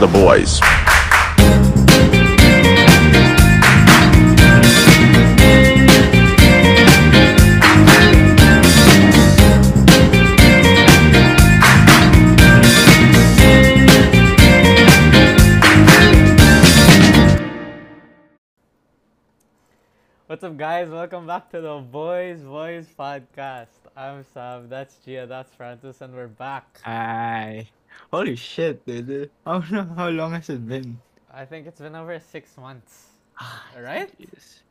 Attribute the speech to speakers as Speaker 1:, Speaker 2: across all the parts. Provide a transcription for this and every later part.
Speaker 1: the boys.
Speaker 2: What's up, guys? Welcome back to the Boys Voice Podcast. I'm Sam, that's Gia, that's Francis, and we're back.
Speaker 3: Ay. Holy shit, dude. How, lo- how long has it been?
Speaker 2: I think it's been over six months. Right?
Speaker 3: Yes.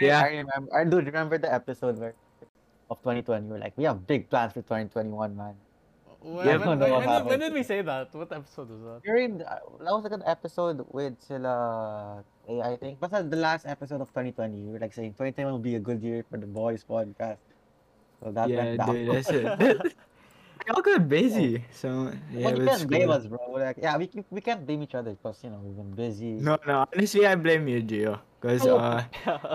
Speaker 4: I
Speaker 3: Yeah.
Speaker 4: remember. I do remember the episode where of 2020. We're like, we have big plans for 2021, man.
Speaker 2: When,
Speaker 4: Yeah,
Speaker 2: when, when,
Speaker 4: no, no,
Speaker 2: when did,
Speaker 4: happened.
Speaker 2: when did we say that? What episode was that?
Speaker 4: During the, uh, that was like an episode with sila eh, I think. Basta the last episode of 2020, we were like saying 2021 will be a good year for the boys podcast. So that
Speaker 3: Yeah,
Speaker 4: went down.
Speaker 3: dude, that's it. we all got busy. So, yeah,
Speaker 4: well,
Speaker 3: it
Speaker 4: you
Speaker 3: was
Speaker 4: can't blame
Speaker 3: cool.
Speaker 4: us, bro. We're like, yeah, we can, we can't blame each other because you know we've been busy.
Speaker 3: No, no, honestly, I blame you, Gio. Because
Speaker 4: No.
Speaker 3: uh,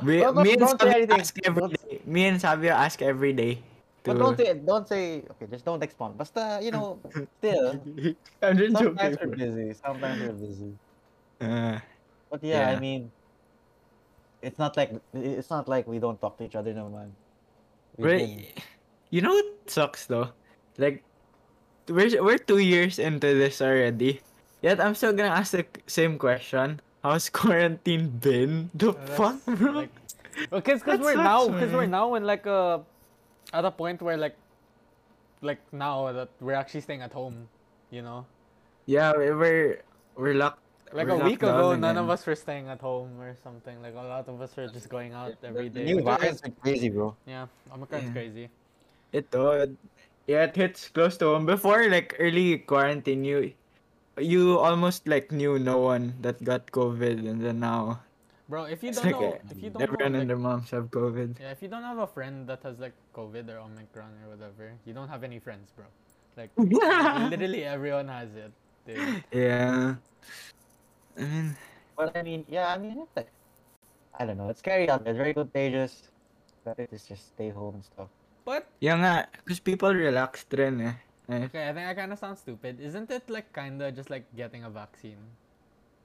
Speaker 3: we,
Speaker 4: No, no,
Speaker 3: me, and
Speaker 4: don't say
Speaker 3: Savio ask
Speaker 4: anything.
Speaker 3: every
Speaker 4: Don't-
Speaker 3: day. me and Savio ask every day.
Speaker 4: But
Speaker 3: to-
Speaker 4: don't say don't say okay. Just don't expound. Basta you know still
Speaker 3: I'm just
Speaker 4: sometimes
Speaker 3: joking.
Speaker 4: we're busy. Sometimes we're busy.
Speaker 3: Uh,
Speaker 4: But yeah,
Speaker 3: Yeah.
Speaker 4: I mean, it's not like it's not like we don't talk to each other, no man. We've
Speaker 3: Well,
Speaker 4: been-
Speaker 3: you know what sucks though? Like, we're we're two years into this already, yet I'm still gonna ask the same question. How's quarantine been? The
Speaker 2: That's,
Speaker 3: fuck, bro?
Speaker 2: Like, because
Speaker 3: That
Speaker 2: we're
Speaker 3: sucks,
Speaker 2: now because we're
Speaker 3: man.
Speaker 2: now in like a at a point where like like now that we're actually staying at home, you know.
Speaker 3: yeah, we- we're we're locked.
Speaker 2: Like
Speaker 3: we're
Speaker 2: a week
Speaker 3: locked
Speaker 2: ago,
Speaker 3: down
Speaker 2: none of
Speaker 3: again.
Speaker 2: us were staying at home or something. Like a lot of us were just going out every
Speaker 4: the
Speaker 2: day.
Speaker 4: new
Speaker 2: which is-
Speaker 4: virus is crazy, bro.
Speaker 2: Yeah, Omicron's
Speaker 3: Yeah.
Speaker 2: crazy.
Speaker 3: It did. Yeah, it hits close to home. Before like early quarantine, you you almost like knew no one that got COVID, and then now
Speaker 2: Bro, if you
Speaker 3: it's
Speaker 2: don't
Speaker 3: like
Speaker 2: know,
Speaker 3: uh,
Speaker 2: if you don't
Speaker 3: everyone
Speaker 2: know, like,
Speaker 3: and their moms have COVID.
Speaker 2: yeah, if you don't have a friend that has like COVID or Omicron or whatever, you don't have any friends, bro. Like literally everyone has it. Dude.
Speaker 3: yeah. I mean,
Speaker 4: But I mean, yeah, I mean, it's like, I don't know. It's scary out there. It's very contagious. Better to just stay home and stuff.
Speaker 2: But
Speaker 3: Yeah nga, because people relax rin eh. Eh,
Speaker 2: okay, I think I kind of sound stupid. Isn't it like kinda just like getting a vaccine?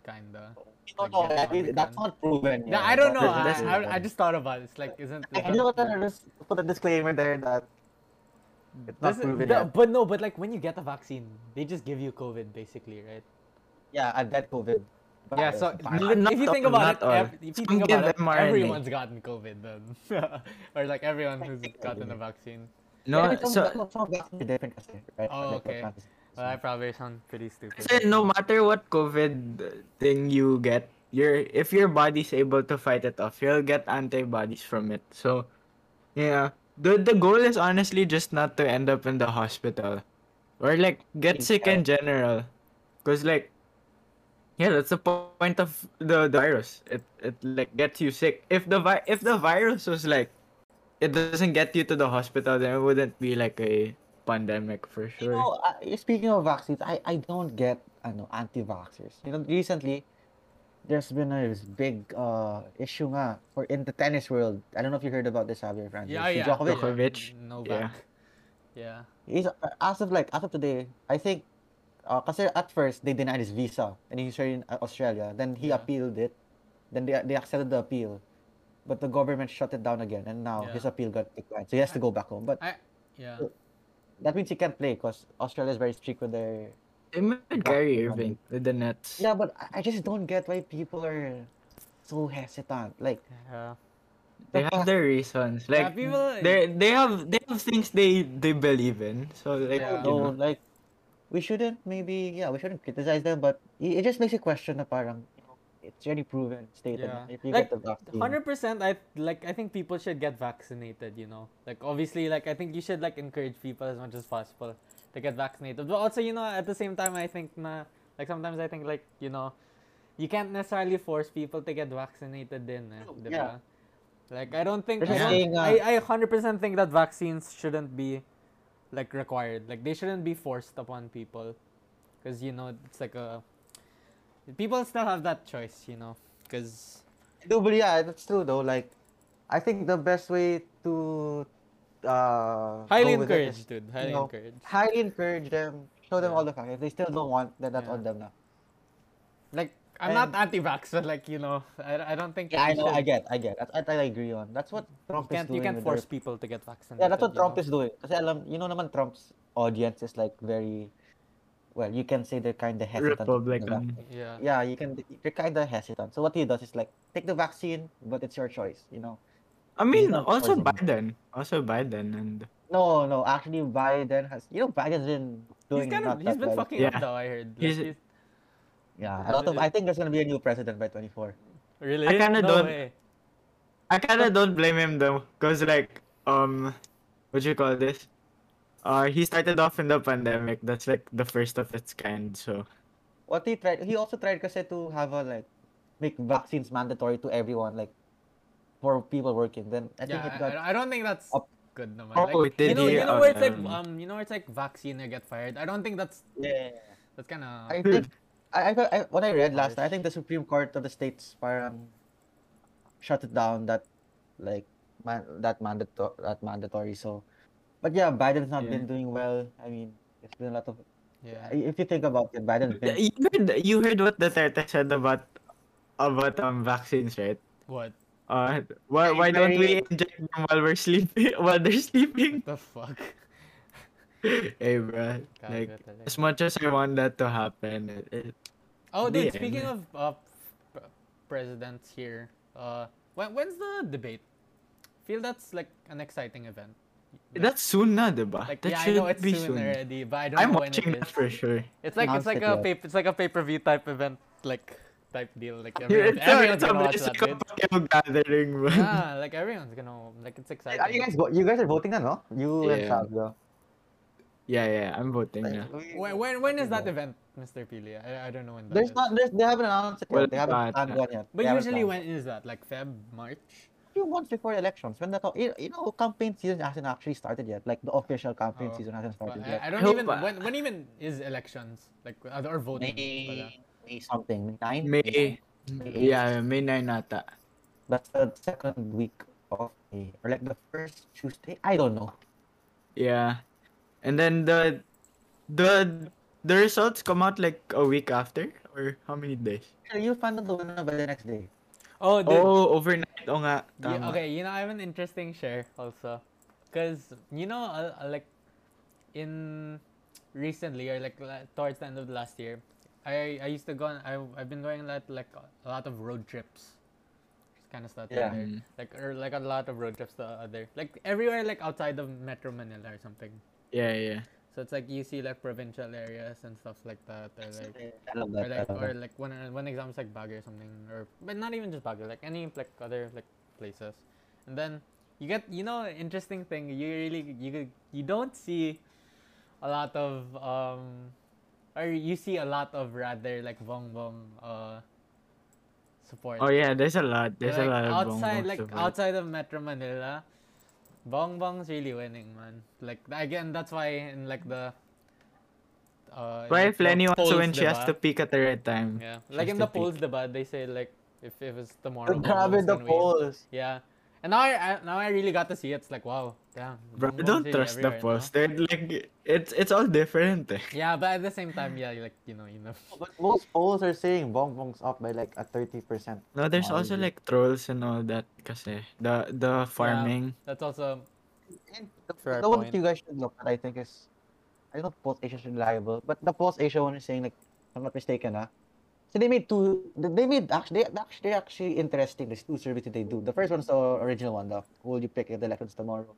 Speaker 2: Kinda.
Speaker 4: No,
Speaker 2: Like,
Speaker 4: no,
Speaker 2: get
Speaker 4: I mean, that's
Speaker 2: Omicron.
Speaker 4: not proven.
Speaker 2: Yeah,
Speaker 4: yet.
Speaker 2: I don't know. I,
Speaker 4: That's-
Speaker 3: that's-
Speaker 2: I, I just thought about it. It's like isn't.
Speaker 4: I
Speaker 2: isn't-
Speaker 4: just wanted to just put a disclaimer there that it's not
Speaker 2: doesn't-
Speaker 4: proven.
Speaker 2: the-
Speaker 4: yet.
Speaker 2: but no, but like when you get the vaccine, they just give you COVID basically, right?
Speaker 4: Yeah, I've got COVID.
Speaker 2: Yeah,
Speaker 4: virus,
Speaker 2: so
Speaker 4: but
Speaker 3: Not-
Speaker 2: li-
Speaker 3: not
Speaker 2: if you think
Speaker 3: all,
Speaker 2: about it,
Speaker 3: not all.
Speaker 2: ev- if you
Speaker 3: Some
Speaker 2: think
Speaker 3: give
Speaker 2: about it,
Speaker 3: mRNA.
Speaker 2: everyone's gotten COVID then, or like everyone who's gotten a vaccine.
Speaker 3: No,
Speaker 4: Yeah, some-
Speaker 3: so,
Speaker 4: some- some vaccines are different kasi, right?
Speaker 2: Oh,
Speaker 4: Like what
Speaker 2: okay.
Speaker 4: Francis
Speaker 2: Well, I probably sound pretty stupid.
Speaker 3: kasi no matter what COVID thing you get, your if your body's able to fight it off, you'll get antibodies from it. So, yeah. The the goal is honestly just not to end up in the hospital. Or like get sick in general. Cause like yeah, that's the po- point of the, the virus. It it like gets you sick. If the vi- if the virus was like it doesn't get you to the hospital, then it wouldn't be like a pandemic for
Speaker 4: You
Speaker 3: sure.
Speaker 4: know, uh, speaking of vaccines, I, I don't get ano anti-vaxxers. You know, recently there's been a this big uh issue nga for in the tennis world. I don't know if you heard about this, Javier Francis.
Speaker 2: yeah,
Speaker 4: Si
Speaker 2: yeah.
Speaker 4: Djokovic,
Speaker 3: Djokovic.
Speaker 2: No
Speaker 3: Yeah.
Speaker 2: back. Yeah.
Speaker 4: he's, uh, as of like as of today, I think uh, kasi at first they denied his visa and he's here in uh, Australia. Then he
Speaker 2: Yeah.
Speaker 4: appealed it. Then they they accepted the appeal. But the government shut it down again, and now
Speaker 2: Yeah.
Speaker 4: his appeal got declined, so he has to go back home. But
Speaker 2: I yeah.
Speaker 4: that means he can't play because Australia is very strict with their
Speaker 3: They might Gary Irving with the Nets.
Speaker 4: Yeah, but I- I just don't get why people are so hesitant. Like,
Speaker 2: Yeah.
Speaker 3: They have their reasons. Like
Speaker 2: people-
Speaker 3: they they have they have things they they believe in. So like
Speaker 2: Yeah.
Speaker 3: you
Speaker 4: no,
Speaker 3: know.
Speaker 4: like, we shouldn't maybe, yeah, we shouldn't criticize them, but it, it just makes you question na parang, you know, it's already proven stated
Speaker 2: Yeah.
Speaker 4: na if you
Speaker 2: Like,
Speaker 4: get the vaccine.
Speaker 2: Hundred percent. I like. I think people should get vaccinated. You know, like obviously, like I think you should like encourage people as much as possible to get vaccinated. But also, you know, at the same time, I think na like sometimes I think like you know, you can't necessarily force people to get vaccinated. Then, eh,
Speaker 4: True,
Speaker 2: di
Speaker 4: Oh, yeah.
Speaker 2: ba? Like I don't think
Speaker 4: They're
Speaker 2: I
Speaker 3: just
Speaker 2: don't-
Speaker 4: saying, uh,
Speaker 2: I I hundred percent think that vaccines shouldn't be like required. Like they shouldn't be forced upon people, because you know it's like a people still have that choice. You know, because.
Speaker 4: I do, but yeah, that's true though. Like, I think the best way to uh,
Speaker 2: Highly
Speaker 4: go with it is,
Speaker 2: encouraged, dude. Highly
Speaker 4: know,
Speaker 2: encouraged.
Speaker 4: highly encourage them, show them
Speaker 2: Yeah.
Speaker 4: all the facts. If they still don't want, then that's
Speaker 2: Yeah.
Speaker 4: on them na.
Speaker 2: Like I'm
Speaker 4: And-
Speaker 2: not anti-vax, but like you know, I, I don't think.
Speaker 4: Yeah, I
Speaker 2: we
Speaker 4: know. I
Speaker 2: should-
Speaker 4: get. I get. That's what I agree on. That's what Trump
Speaker 2: You can't,
Speaker 4: is doing.
Speaker 2: you can't
Speaker 4: with
Speaker 2: force
Speaker 4: the-
Speaker 2: people to get vaccinated.
Speaker 4: Yeah, that's what
Speaker 2: you
Speaker 4: Trump
Speaker 2: know?
Speaker 4: is doing. Kasi alam, you know naman Trump's audience is like very, well, you can say they're kind of hesitant. on the vac-
Speaker 3: Republican.
Speaker 2: Yeah.
Speaker 4: Yeah, you can. They're kind of hesitant. So what he does is like take the vaccine, but it's your choice. You know.
Speaker 3: I mean,
Speaker 4: not
Speaker 3: also
Speaker 4: poison.
Speaker 3: Biden. Also Biden and
Speaker 4: No, no. Actually, Biden has. You know, Biden's been doing.
Speaker 2: He's kind of
Speaker 4: not
Speaker 2: he's
Speaker 4: that
Speaker 2: been
Speaker 4: well.
Speaker 2: fucking
Speaker 3: Yeah.
Speaker 2: up though. I heard. Like,
Speaker 3: He's-
Speaker 2: he's-
Speaker 4: Yeah, a lot of. I think there's gonna be a new president by 24.
Speaker 2: really.
Speaker 3: I kinda
Speaker 2: no
Speaker 3: don't-
Speaker 2: Way.
Speaker 3: I kind of don't blame him though, cause like um, what you call this? Uh, he started off in the pandemic. That's like the first of its kind. So
Speaker 4: What he tried, he also tried kasi to have a like make vaccines mandatory to everyone, like for people working. Then I think
Speaker 2: Yeah, I-
Speaker 4: it got
Speaker 2: I, I don't think that's
Speaker 4: up-
Speaker 2: good naman.
Speaker 3: Oh,
Speaker 2: like,
Speaker 3: did
Speaker 2: you know,
Speaker 3: he,
Speaker 2: you know where it's like
Speaker 3: um,
Speaker 2: um, you know where it's like vaccine or get fired. I don't think that's
Speaker 4: yeah.
Speaker 2: that's kind of.
Speaker 3: Hmm.
Speaker 4: I think I, I, got- I what I read last
Speaker 2: Harsh.
Speaker 4: night, I think the Supreme Court of the states parang shut it down that like man, that mandatory that mandatory. So, but yeah, Biden's not
Speaker 3: Yeah.
Speaker 4: been doing well. I mean, it's been a lot of
Speaker 2: yeah.
Speaker 4: if you think about it, Biden's been
Speaker 3: you heard you heard what Duterte said about about um vaccines, right?
Speaker 2: What
Speaker 3: Uh, why why don't we inject them while we're sleeping while they're sleeping?
Speaker 2: the fuck?
Speaker 3: hey, bro. Like
Speaker 2: Gago talaga.
Speaker 3: as much as I want that to happen, it, it,
Speaker 2: Oh, dude.
Speaker 3: Yeah.
Speaker 2: Speaking of uh, p- presidents here, uh, when, when's the debate? Feel that's like an exciting event. Like-
Speaker 3: that's soon na, diba?
Speaker 2: Like
Speaker 3: Ah, that
Speaker 2: yeah, I
Speaker 3: should
Speaker 2: know it's
Speaker 3: be
Speaker 2: soon, already, but I don't
Speaker 3: I'm
Speaker 2: know when it
Speaker 3: watching that
Speaker 2: is.
Speaker 3: for sure.
Speaker 2: It's like it's
Speaker 4: Announced
Speaker 2: like
Speaker 4: it
Speaker 2: a
Speaker 4: yet.
Speaker 2: pay, it's like a pay per view type event, like type deal. Like
Speaker 3: Yeah,
Speaker 2: everyone,
Speaker 3: it's, a,
Speaker 2: everyone's
Speaker 3: it's, a,
Speaker 2: gonna watch
Speaker 3: it's
Speaker 2: that.
Speaker 3: like a
Speaker 2: Dude.
Speaker 3: Pokemon gathering, bro.
Speaker 2: Yeah, like everyone's gonna like it's exciting.
Speaker 4: Are you guys vo- you guys are voting na, no? You and
Speaker 3: Yeah.
Speaker 4: Sabio.
Speaker 3: yeah, yeah, I'm voting now.
Speaker 2: When, when, when is that event, Mr. Pili? I, I don't know when that
Speaker 4: There's
Speaker 2: is.
Speaker 4: not there's, they haven't announced it yet.
Speaker 3: Well,
Speaker 4: they haven't
Speaker 3: not-
Speaker 4: planned one yet.
Speaker 2: But
Speaker 4: They haven't
Speaker 2: usually
Speaker 4: planned.
Speaker 2: when is that? Like Feb, March?
Speaker 4: few months before elections when the co- you you know campaign season hasn't actually started yet like the official campaign
Speaker 2: Oh,
Speaker 4: season hasn't
Speaker 2: But
Speaker 4: started yet
Speaker 2: I, I don't
Speaker 3: Hope,
Speaker 2: even
Speaker 3: uh,
Speaker 2: when when even is elections like uh, or voting. uh, pala.
Speaker 4: May, May something nine
Speaker 3: May, yeah, May 9 ata.
Speaker 4: that's the second week of May or like the first Tuesday I don't know
Speaker 3: Yeah. And then the the the results come out like a week after or how many days?
Speaker 4: Sure, you'll find out the winner by the next day
Speaker 2: Oh, dude.
Speaker 3: Oh, overnight. Oh nga.
Speaker 2: Yeah,
Speaker 3: Tama.
Speaker 2: okay, you know, I have an interesting share also. Because, you know, uh, uh, like, in recently, or like la- towards the end of the last year, I, I used to go on, I, I've been going on like a lot of road trips. Just kind of stuff
Speaker 4: Yeah.
Speaker 2: there.
Speaker 3: Mm.
Speaker 2: Like, or like a lot of road trips to other, like everywhere, like outside of Metro Manila or something.
Speaker 3: Yeah, yeah.
Speaker 2: So it's like you see like provincial areas and stuff like that, or like
Speaker 4: I love
Speaker 2: or
Speaker 4: that,
Speaker 2: like
Speaker 4: uh, I love
Speaker 2: or
Speaker 4: that.
Speaker 2: like one one exam is like Baguio or something or but not even just Baguio like any like other like places and then you get you know interesting thing you really you you don't see a lot of um or you see a lot of rather like bong bong uh support
Speaker 3: Oh yeah, there's a lot. There's
Speaker 2: like,
Speaker 3: a lot of
Speaker 2: outside
Speaker 3: bongbong
Speaker 2: like
Speaker 3: support.
Speaker 2: outside of Metro Manila Bong Bong's really winning man like again that's why in like the uh, in,
Speaker 3: Why
Speaker 2: like,
Speaker 3: if Lenny
Speaker 2: the
Speaker 3: wants to
Speaker 2: polls,
Speaker 3: win, she has
Speaker 2: diba?
Speaker 3: to peak at the right time.
Speaker 2: Yeah,
Speaker 3: She
Speaker 2: like in
Speaker 3: has to
Speaker 2: the polls, diba, they say like if if it's tomorrow.
Speaker 4: But
Speaker 2: Bongbong's
Speaker 4: grabe the
Speaker 2: gonna win.
Speaker 4: polls
Speaker 2: Yeah, and now I, I now I really got to see it. It's like wow, damn.
Speaker 3: Bro, I
Speaker 2: Bongbong's
Speaker 3: don't
Speaker 2: really
Speaker 3: trust the
Speaker 2: everywhere now.
Speaker 3: polls. They're like it's it's all different. Eh.
Speaker 2: Yeah, but at the same time, yeah, like you know, you know.
Speaker 4: but most polls are saying Bongbong's up by like a 30%
Speaker 3: No, there's
Speaker 4: Oh,
Speaker 3: also
Speaker 4: yeah.
Speaker 3: like trolls and all that kasi the the farming.
Speaker 2: That's also
Speaker 4: And the,
Speaker 2: Fair
Speaker 4: the one
Speaker 2: point.
Speaker 4: that you guys should look at, I think, is I don't know if Post Asia is reliable, but the Post Asia one is saying like, if I'm not mistaken, ah. So they made two. th- They made actually, they actually, they're actually interesting. There's two surveys that they do. The first one's the original one, the who will you pick in the elections tomorrow?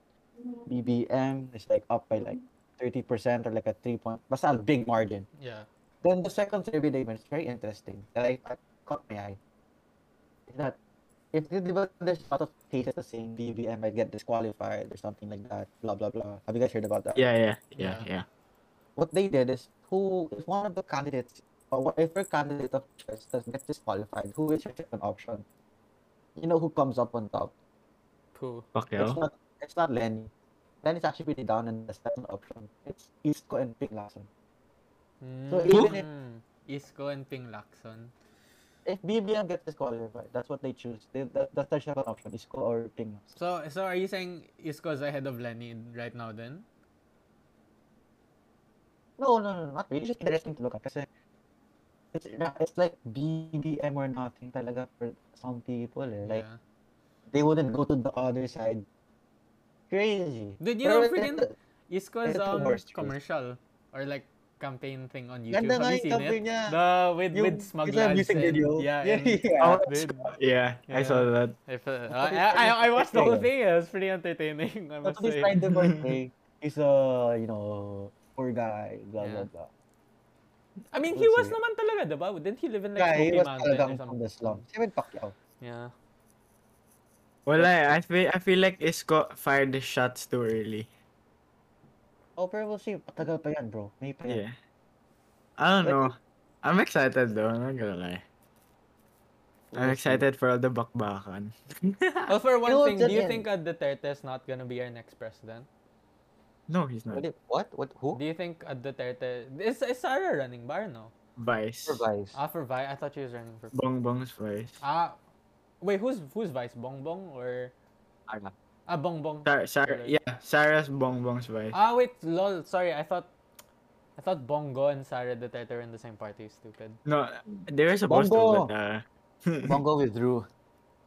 Speaker 4: BBM is like up by like thirty percent or like a three point, basta a big margin.
Speaker 2: yeah.
Speaker 4: Then the second survey they made is very interesting. That I, I caught my eye. Is that if you deliver there's a lot of cases the same BBM might get disqualified or something like that, blah blah blah. Have you guys heard about that?
Speaker 3: Yeah, yeah, yeah,
Speaker 2: Yeah.
Speaker 3: yeah.
Speaker 4: What they did is who if one of the candidates or whatever candidate of choice does get disqualified, who is your second option? You know who comes up on top.
Speaker 2: Poo.
Speaker 3: Okay. oh.
Speaker 4: It's not it's not Lenny. Lenny's actually pretty down in the second option. It's Isco and Pink Lawson. So even if-
Speaker 2: Mm. Isco and Ping Lacson.
Speaker 4: If BBM gets disqualified, that's what they choose. They, that, that's their second option, Isco or Pink Lawson.
Speaker 2: So so are you saying Isco's ahead of Lenny right now then?
Speaker 4: No, no, no, not really. It's just interesting to look at kasi It's, it's like BBM or nothing talaga for some people. Eh. Like,
Speaker 2: yeah.
Speaker 4: they wouldn't go to the other side. Crazy.
Speaker 2: Did you
Speaker 4: Pero
Speaker 2: know
Speaker 4: it-
Speaker 2: freaking
Speaker 4: it-
Speaker 2: Isko's
Speaker 4: ito,
Speaker 2: um,
Speaker 4: worst case.
Speaker 2: commercial or like campaign thing on YouTube?
Speaker 4: Ganda
Speaker 2: Have you
Speaker 4: nga yung
Speaker 2: seen
Speaker 4: campaign
Speaker 2: it?
Speaker 4: niya.
Speaker 2: The with
Speaker 4: Yung-
Speaker 2: with
Speaker 4: isa
Speaker 2: smug
Speaker 4: yung
Speaker 2: lads
Speaker 4: music
Speaker 2: and-
Speaker 4: video.
Speaker 2: yeah,
Speaker 4: Yeah,
Speaker 2: and-
Speaker 4: yeah.
Speaker 3: Oh,
Speaker 2: Dude.
Speaker 3: yeah, I saw that.
Speaker 2: If, uh,
Speaker 4: Tapos
Speaker 2: I, I, I watched the whole
Speaker 4: parang-
Speaker 2: thing. It was pretty entertaining. I must
Speaker 4: That's
Speaker 2: say.
Speaker 4: what he's trying to portray. He's a, you know, poor guy, blah,
Speaker 2: Yeah.
Speaker 4: blah, blah.
Speaker 2: I mean,
Speaker 4: to
Speaker 2: he was
Speaker 4: say.
Speaker 2: naman talaga, diba? Didn't he live in like
Speaker 4: Guy, he
Speaker 2: Smoky
Speaker 4: was
Speaker 2: Mountain or
Speaker 4: talagang from
Speaker 2: something?
Speaker 4: the slum. Same with Pacquiao.
Speaker 2: Yeah.
Speaker 3: Well, I, I feel I feel like Isko fired the shots too early.
Speaker 4: Oh, pero we'll see. Patagal pa yan, bro. May pa yan.
Speaker 3: Yeah. I don't
Speaker 4: But-
Speaker 3: know. I'm excited though. I'm not gonna lie. I'm
Speaker 4: We'll see.
Speaker 3: excited for all the bakbakan.
Speaker 2: Well, for one
Speaker 4: know
Speaker 2: thing,
Speaker 4: what's
Speaker 2: do you
Speaker 4: yan?
Speaker 2: think uh, Duterte is not gonna be our next president?
Speaker 3: No, he's
Speaker 4: What?
Speaker 3: not.
Speaker 4: did- What? What? Who?
Speaker 2: Do you think uh, Duterte is is Sarah running bar no?
Speaker 3: Vice.
Speaker 4: Supervise.
Speaker 2: Ah, for vice. I thought she was running for.
Speaker 3: Bongbong's vice.
Speaker 2: Ah, wait, who's who's vice? Bongbong or
Speaker 4: Sarah.
Speaker 2: ah Bongbong?
Speaker 3: Sar- Sar-
Speaker 2: Sorry.
Speaker 3: yeah, Sarah's bongbong's vice.
Speaker 2: Ah, wait, lol. Sorry, I thought I thought Bongo and Sarah Duterte were in the same party. Stupid.
Speaker 3: No, they were supposed to,
Speaker 4: Bongo!
Speaker 3: but uh,
Speaker 4: Bongo withdrew.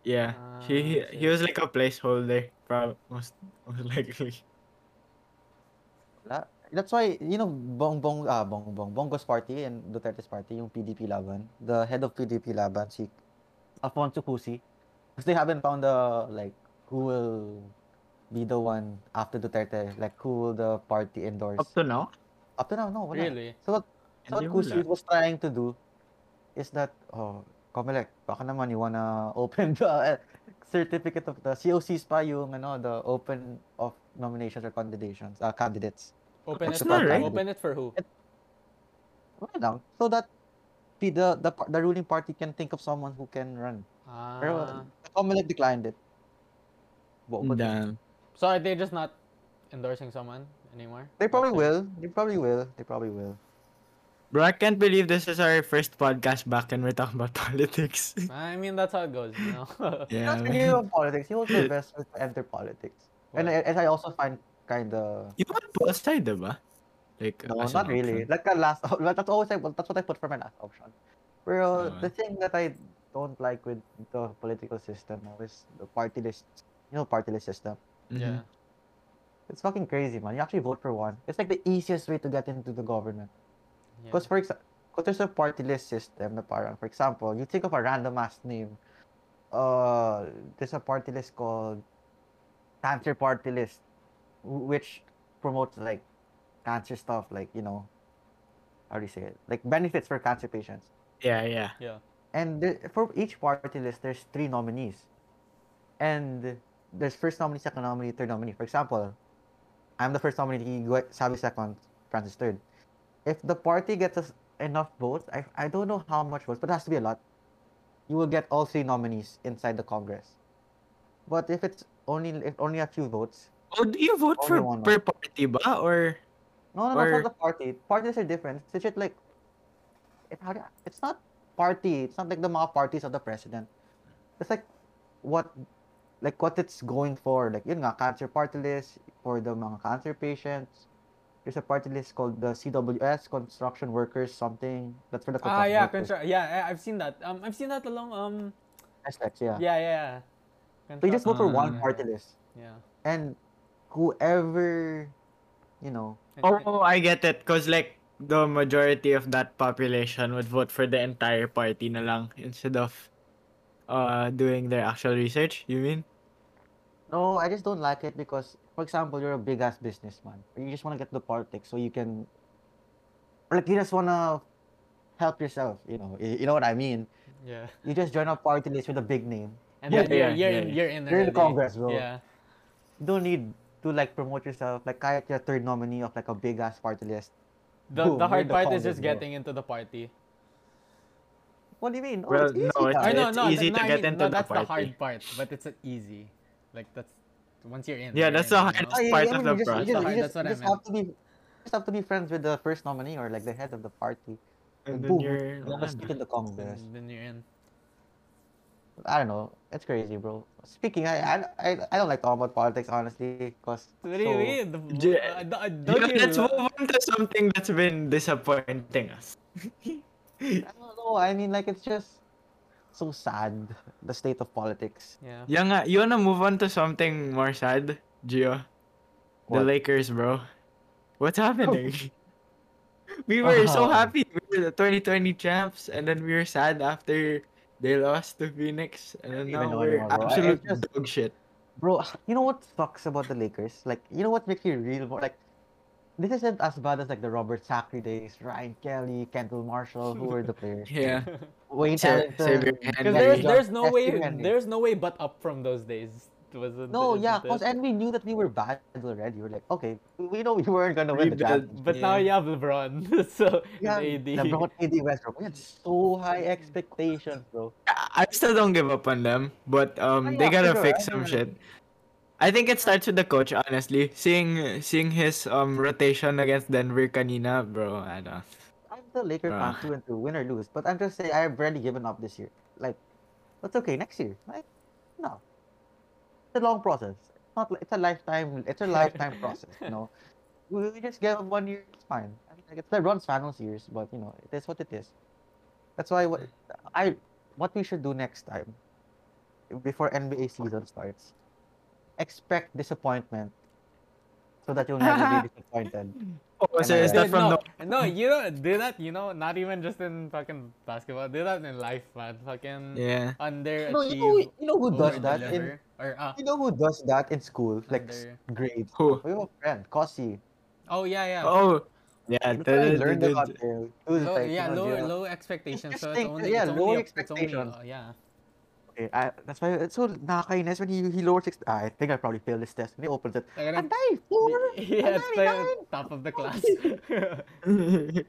Speaker 3: yeah, he he,
Speaker 2: Ah, I see.
Speaker 3: he was like a placeholder, probably most most likely.
Speaker 4: Wala. That's why, you know, Bongbong, ah, Bongbong, Bongo's party and Duterte's party, yung PDP Laban, the head of PDP Laban, si Alfonso Cusi, because they haven't found the, like, who will be the one after Duterte, like, who will the party endorse.
Speaker 3: Up to now,
Speaker 4: Up to now, no, wala.
Speaker 2: Really?
Speaker 4: So what, so what
Speaker 3: Hindi,
Speaker 4: Cusi
Speaker 3: wala.
Speaker 4: was trying to do is that, oh, Comelec, baka naman you wanna open the eh, certificate of the COCs pa yung, ano, the open of nominations or candidations, uh, candidates.
Speaker 2: Open
Speaker 4: That's
Speaker 2: it.
Speaker 3: not
Speaker 2: For,
Speaker 3: right.
Speaker 2: Open it for who?
Speaker 4: Wala lang. So that the the the, par- the ruling party can think of someone who can run. Pero
Speaker 2: Ah,
Speaker 4: the Comelec declined it. Well, but
Speaker 3: damn.
Speaker 2: so are they just not endorsing someone anymore?
Speaker 4: they probably
Speaker 2: Nothing?
Speaker 4: will. They probably will. They probably will.
Speaker 3: Bro, I can't believe this is our first podcast back and we're talking about politics.
Speaker 2: I mean, that's how it goes. You know?
Speaker 3: yeah,
Speaker 4: Not really
Speaker 3: man.
Speaker 4: about politics. He was the best to enter politics. And I,
Speaker 2: Right.
Speaker 4: and I also find kind of
Speaker 3: you want both side, diba? Like,
Speaker 4: no,
Speaker 3: as an
Speaker 4: not really.
Speaker 3: option.
Speaker 4: Like a last. op- But that's always I, that's what I put for my last option. Pero
Speaker 3: Tama.
Speaker 4: the thing that I don't like with the political system now is the party list. You know, party list system.
Speaker 3: Mhm.
Speaker 2: Yeah.
Speaker 4: It's fucking crazy, man. You actually vote for one. It's like the easiest way to get into the government.
Speaker 2: yeah.
Speaker 4: Because for example, there's a party list system na parang, for example, you think of a random ass name. Uh, there's a party list called Cancer Party List, wh- which promotes like cancer stuff, like, you know, how do you say it? Like benefits for cancer patients.
Speaker 3: Yeah, yeah.
Speaker 2: Yeah.
Speaker 4: And the, for each party list, there's three nominees. And there's first nominee, second nominee, third nominee. For example, I'm the first nominee, Gue- Sabi second, Francis third. If the party gets us enough votes, I, I don't know how much votes, but it has to be a lot. You will get all three nominees inside the Congress. But if it's only if only a few votes,
Speaker 3: Oh, do you vote for
Speaker 4: Only one
Speaker 3: per party ba? Or,
Speaker 4: No, no, no,
Speaker 3: Or-
Speaker 4: it's not the party. Parties are different. It's just like, it, how do you- it's not party. It's not like the mga parties of the president. It's like what, like what it's going for. Like yun nga, cancer party list for the mga cancer patients. There's a party list called the CWS, construction workers something. That's for the
Speaker 2: Ah,
Speaker 4: construction
Speaker 2: yeah,
Speaker 4: workers.
Speaker 2: contra- yeah, I- I've seen that. Um, I've seen that along. Um,
Speaker 4: Aspects, yeah.
Speaker 2: yeah, yeah. yeah. mm,
Speaker 4: They just vote for one
Speaker 3: Ah.
Speaker 4: party list,
Speaker 2: Yeah.
Speaker 4: and whoever, you know,
Speaker 2: And-
Speaker 3: oh, I get it. Cause like, the majority of that population would vote for the entire party na lang instead of uh doing their actual research, you mean?
Speaker 4: No, I just don't like it because, for example, you're a big ass businessman. Or you just want to get to politics so you can, or like you just want to help yourself. You know, you, you know what I mean.
Speaker 2: Yeah.
Speaker 4: You just join a party list with a big name.
Speaker 2: And
Speaker 3: Yeah,
Speaker 2: then you're,
Speaker 3: yeah,
Speaker 2: you're,
Speaker 3: yeah,
Speaker 2: in,
Speaker 3: yeah.
Speaker 2: you're in.
Speaker 4: You're in
Speaker 2: already.
Speaker 4: the Congress, bro.
Speaker 2: Yeah.
Speaker 4: You don't need to like promote yourself. Like kahit you're third nominee of like a big ass party list.
Speaker 2: The,
Speaker 4: Boom,
Speaker 2: the
Speaker 4: you're
Speaker 2: hard
Speaker 4: in the
Speaker 2: part is
Speaker 4: Congress,
Speaker 2: just
Speaker 4: bro.
Speaker 2: getting into the party.
Speaker 4: What do you mean? Oh,
Speaker 3: Well,
Speaker 4: it's easy
Speaker 3: no,
Speaker 4: now.
Speaker 2: Or
Speaker 3: It's
Speaker 2: no, no,
Speaker 3: easy
Speaker 2: no,
Speaker 3: to
Speaker 2: I
Speaker 3: get
Speaker 2: mean,
Speaker 3: into
Speaker 2: no,
Speaker 3: the
Speaker 2: that's the
Speaker 3: party.
Speaker 2: hard part, but it's uh, easy. Like that's once you're in.
Speaker 3: Yeah,
Speaker 2: you're
Speaker 3: that's
Speaker 2: in, you
Speaker 3: the hardest
Speaker 2: know?
Speaker 3: part.
Speaker 4: I
Speaker 3: of
Speaker 4: mean,
Speaker 3: the
Speaker 4: you just, you
Speaker 3: process.
Speaker 4: just,
Speaker 2: Sorry,
Speaker 4: you just,
Speaker 2: that's what I
Speaker 4: you just have to be, you just have to be friends with the first nominee or like the head of the party.
Speaker 3: And
Speaker 4: And
Speaker 3: then
Speaker 4: boom,
Speaker 3: you're,
Speaker 4: you're
Speaker 3: wala
Speaker 4: seat
Speaker 3: na.
Speaker 4: in the Congress.
Speaker 2: And then you're in.
Speaker 4: I don't know. It's crazy, bro. Speaking, I I, I, I don't like talking about politics honestly, cause
Speaker 2: What do you
Speaker 4: so-
Speaker 2: mean? The,
Speaker 3: J-
Speaker 2: uh, the- uh,
Speaker 3: Yeah,
Speaker 2: don't you
Speaker 3: let's
Speaker 2: lo-
Speaker 3: move on to something that's been disappointing us.
Speaker 4: I don't know know. I mean, like it's just so sad the state of politics.
Speaker 2: Yeah.
Speaker 3: Yeah nga, you wanna move on to something more sad, Gio? The
Speaker 4: What? Oh.
Speaker 3: Lakers, bro. What's happening? we were so
Speaker 2: Oh.
Speaker 3: happy. We were the 2020 champs, and then we were sad after they lost to Phoenix, and then
Speaker 4: don't even
Speaker 3: now
Speaker 4: know
Speaker 3: we're
Speaker 4: anymore, bro. I-
Speaker 3: absolute
Speaker 4: it's just-
Speaker 3: dog shit.
Speaker 4: Bro, you know what sucks about the Lakers? Like, you know what makes me real more like this isn't as bad as like the Robert Sacri days, Ryan Kelly, Kendall Marshall, who were the players?
Speaker 3: Yeah.
Speaker 4: Wayne
Speaker 3: Sa- save
Speaker 4: Ellington.
Speaker 3: your hand,
Speaker 2: Because
Speaker 4: Yeah,
Speaker 2: there's
Speaker 4: you
Speaker 2: there's
Speaker 4: got
Speaker 2: no way
Speaker 4: testimony.
Speaker 2: there's no way but up from those days. Was it-
Speaker 4: No,
Speaker 2: isn't
Speaker 4: yeah,
Speaker 2: it?
Speaker 4: cause and we knew that we were bad already. We were like, okay, we- we know you weren't gonna win the
Speaker 3: Rebuild.
Speaker 4: championship.
Speaker 2: But now you
Speaker 3: Yeah.
Speaker 2: have LeBron, so
Speaker 4: Yeah,
Speaker 2: and AD.
Speaker 4: LeBron, AD Westbrook. We had so high expectations, bro.
Speaker 3: I I still don't give up on them, but um,
Speaker 4: Oh, yeah,
Speaker 3: they
Speaker 4: for
Speaker 3: gotta
Speaker 4: sure,
Speaker 3: fix
Speaker 4: I
Speaker 3: some
Speaker 4: agree.
Speaker 3: shit. I think it starts with the coach, honestly. Seeing seeing his um rotation against Denver kanina, bro, I don't.
Speaker 4: I'm the Laker
Speaker 3: Ah.
Speaker 4: fan through and through, win or lose. But I'm just saying, I've already given up this year. Like, that's okay. Next year, like, no, it's a long process. It's not. li- It's a lifetime. It's a lifetime process. You know, we, we just give up one year. It's fine. I mean, like, it's LeBron's finals years, but you know, it is what it is. That's why what I what we should do next time, before NBA season starts, expect disappointment, so that you'll never be disappointed.
Speaker 3: Oh, so
Speaker 4: I
Speaker 3: is
Speaker 4: right?
Speaker 3: that
Speaker 2: Dude,
Speaker 3: from
Speaker 2: no,
Speaker 3: the
Speaker 2: no, you don't do that. You know, not even just in fucking basketball. Do that in life, man. Fucking
Speaker 3: Yeah.
Speaker 2: underachieve.
Speaker 4: No, you know, you know who does that in
Speaker 2: overdeliver, Or uh,
Speaker 4: You know who does that in school? Like s-
Speaker 2: Under-
Speaker 4: grades.
Speaker 3: Who?
Speaker 4: We have a friend, Kosi.
Speaker 2: oh yeah, yeah.
Speaker 3: Oh, yeah. the-
Speaker 4: That's what I
Speaker 3: the-
Speaker 4: learned
Speaker 3: the-
Speaker 4: about him. It was
Speaker 2: Low,
Speaker 4: like,
Speaker 2: yeah,
Speaker 4: you know,
Speaker 2: low,
Speaker 4: yeah.
Speaker 2: low expectations.
Speaker 4: It's
Speaker 2: So
Speaker 4: just
Speaker 2: it's
Speaker 4: like-
Speaker 2: only,
Speaker 4: yeah,
Speaker 2: it's
Speaker 4: low
Speaker 2: only, a- it's only,
Speaker 4: expectations.
Speaker 2: uh, yeah.
Speaker 4: Okay, I, that's why it's so nakakainis when he, he lowers. Ex- I think I probably failed this test. And he opens it.
Speaker 2: Like,
Speaker 4: I'm four.
Speaker 2: yeah, it's
Speaker 4: Anay,
Speaker 2: the top of the class. dude,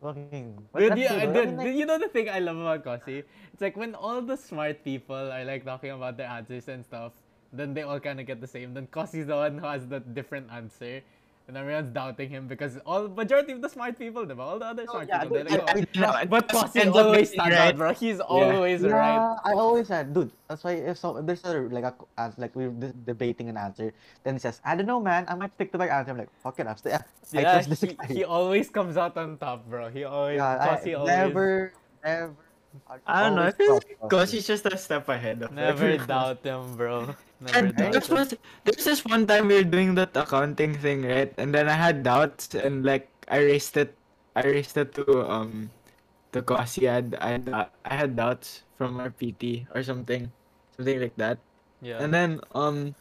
Speaker 4: Fucking.
Speaker 2: yeah,
Speaker 4: but that's good,
Speaker 2: dude,
Speaker 4: right? I mean,
Speaker 2: you know the thing I love about Kosi? It's like when all the smart people are like talking about their answers and stuff, then they all kind of get the same. Then Kosi's the one who has the different answer. And everyone's doubting him because all majority of the smart people, diba? all the other smart
Speaker 4: yeah,
Speaker 2: people,
Speaker 4: dude,
Speaker 2: they're like,
Speaker 4: I- I-
Speaker 2: "Oh,
Speaker 3: Yeah,
Speaker 2: But
Speaker 3: that's
Speaker 2: Kosi
Speaker 3: ends up
Speaker 2: always
Speaker 3: being
Speaker 2: stands
Speaker 3: right.
Speaker 2: out, bro. He's always
Speaker 4: yeah,
Speaker 2: right.
Speaker 4: I always said, dude. That's why if so, there's a like a as like we're de- debating an answer, then he says, "I don't know, man. I might stick to my answer." I'm like, "Fuck it, I'm still." I
Speaker 2: Yeah,
Speaker 4: trust this
Speaker 2: he,
Speaker 4: guy."
Speaker 2: he always comes out on top, bro. He always,
Speaker 4: Yeah, I
Speaker 2: Kosi always.
Speaker 4: never, never.
Speaker 3: I don't know. I
Speaker 4: always uh,
Speaker 3: feel
Speaker 4: trust
Speaker 3: like
Speaker 4: Kosi.
Speaker 3: Koshi's just a step ahead of
Speaker 2: Never
Speaker 3: everyone.
Speaker 2: doubt him, bro. Never
Speaker 3: And
Speaker 2: doubt
Speaker 3: that's
Speaker 2: him.
Speaker 3: what there's this one time we were doing that accounting thing, right? And then I had doubts and like I raced it I raced it to um to Kosi. I had I had, I had doubts from our PT or something. Something like that.
Speaker 2: Yeah.
Speaker 3: And then um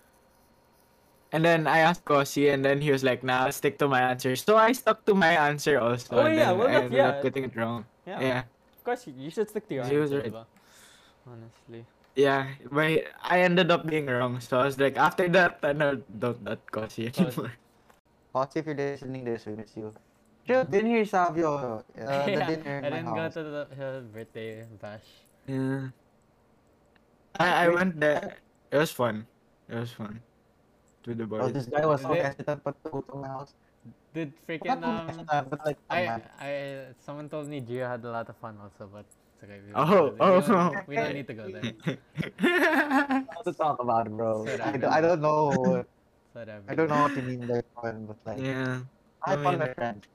Speaker 3: and then I asked Kosi and then he was like, nah, I'll stick to my answer. So I stuck to my answer also.
Speaker 2: Oh,
Speaker 3: and
Speaker 2: yeah,
Speaker 3: then
Speaker 2: well,
Speaker 3: I
Speaker 2: that's-
Speaker 3: ended
Speaker 2: yeah.
Speaker 3: up getting it wrong.
Speaker 2: yeah,
Speaker 3: yeah.
Speaker 2: Of course, you, you should stick to your
Speaker 3: He was
Speaker 2: answer,
Speaker 3: right.
Speaker 2: diba? Honestly.
Speaker 3: Yeah, but I ended up being wrong. So I was like, after that, I know don't that cause you
Speaker 2: Oh.
Speaker 3: anymore.
Speaker 4: Pots, if you're listening this, we miss you. Sure, dinner is Savio. Uh, the
Speaker 2: yeah,
Speaker 4: dinner in
Speaker 2: I
Speaker 4: my
Speaker 2: didn't go
Speaker 4: house.
Speaker 2: to the her birthday bash.
Speaker 3: Yeah. I I
Speaker 4: Wait,
Speaker 3: went there. It was fun. It was fun. To the
Speaker 4: Oh,
Speaker 3: boys.
Speaker 4: this guy was so
Speaker 2: They-
Speaker 4: hesitant but to go to my house.
Speaker 2: Did
Speaker 4: Not
Speaker 2: freaking
Speaker 4: too
Speaker 2: um,
Speaker 4: hesitant, but like,
Speaker 2: I,
Speaker 4: come on.
Speaker 2: I, someone told me Gio had a lot of fun also, but it's okay. we don't
Speaker 3: Oh,
Speaker 2: go there. We
Speaker 3: oh.
Speaker 2: don't- We don't need to go there. It's
Speaker 4: Not to talk about it, bro.
Speaker 2: Sorry,
Speaker 4: I,
Speaker 2: I
Speaker 4: do, I don't know.
Speaker 2: Whatever.
Speaker 4: I don't know what you mean by fun, but like,
Speaker 3: yeah.
Speaker 4: I
Speaker 3: I mean-
Speaker 4: found my friend.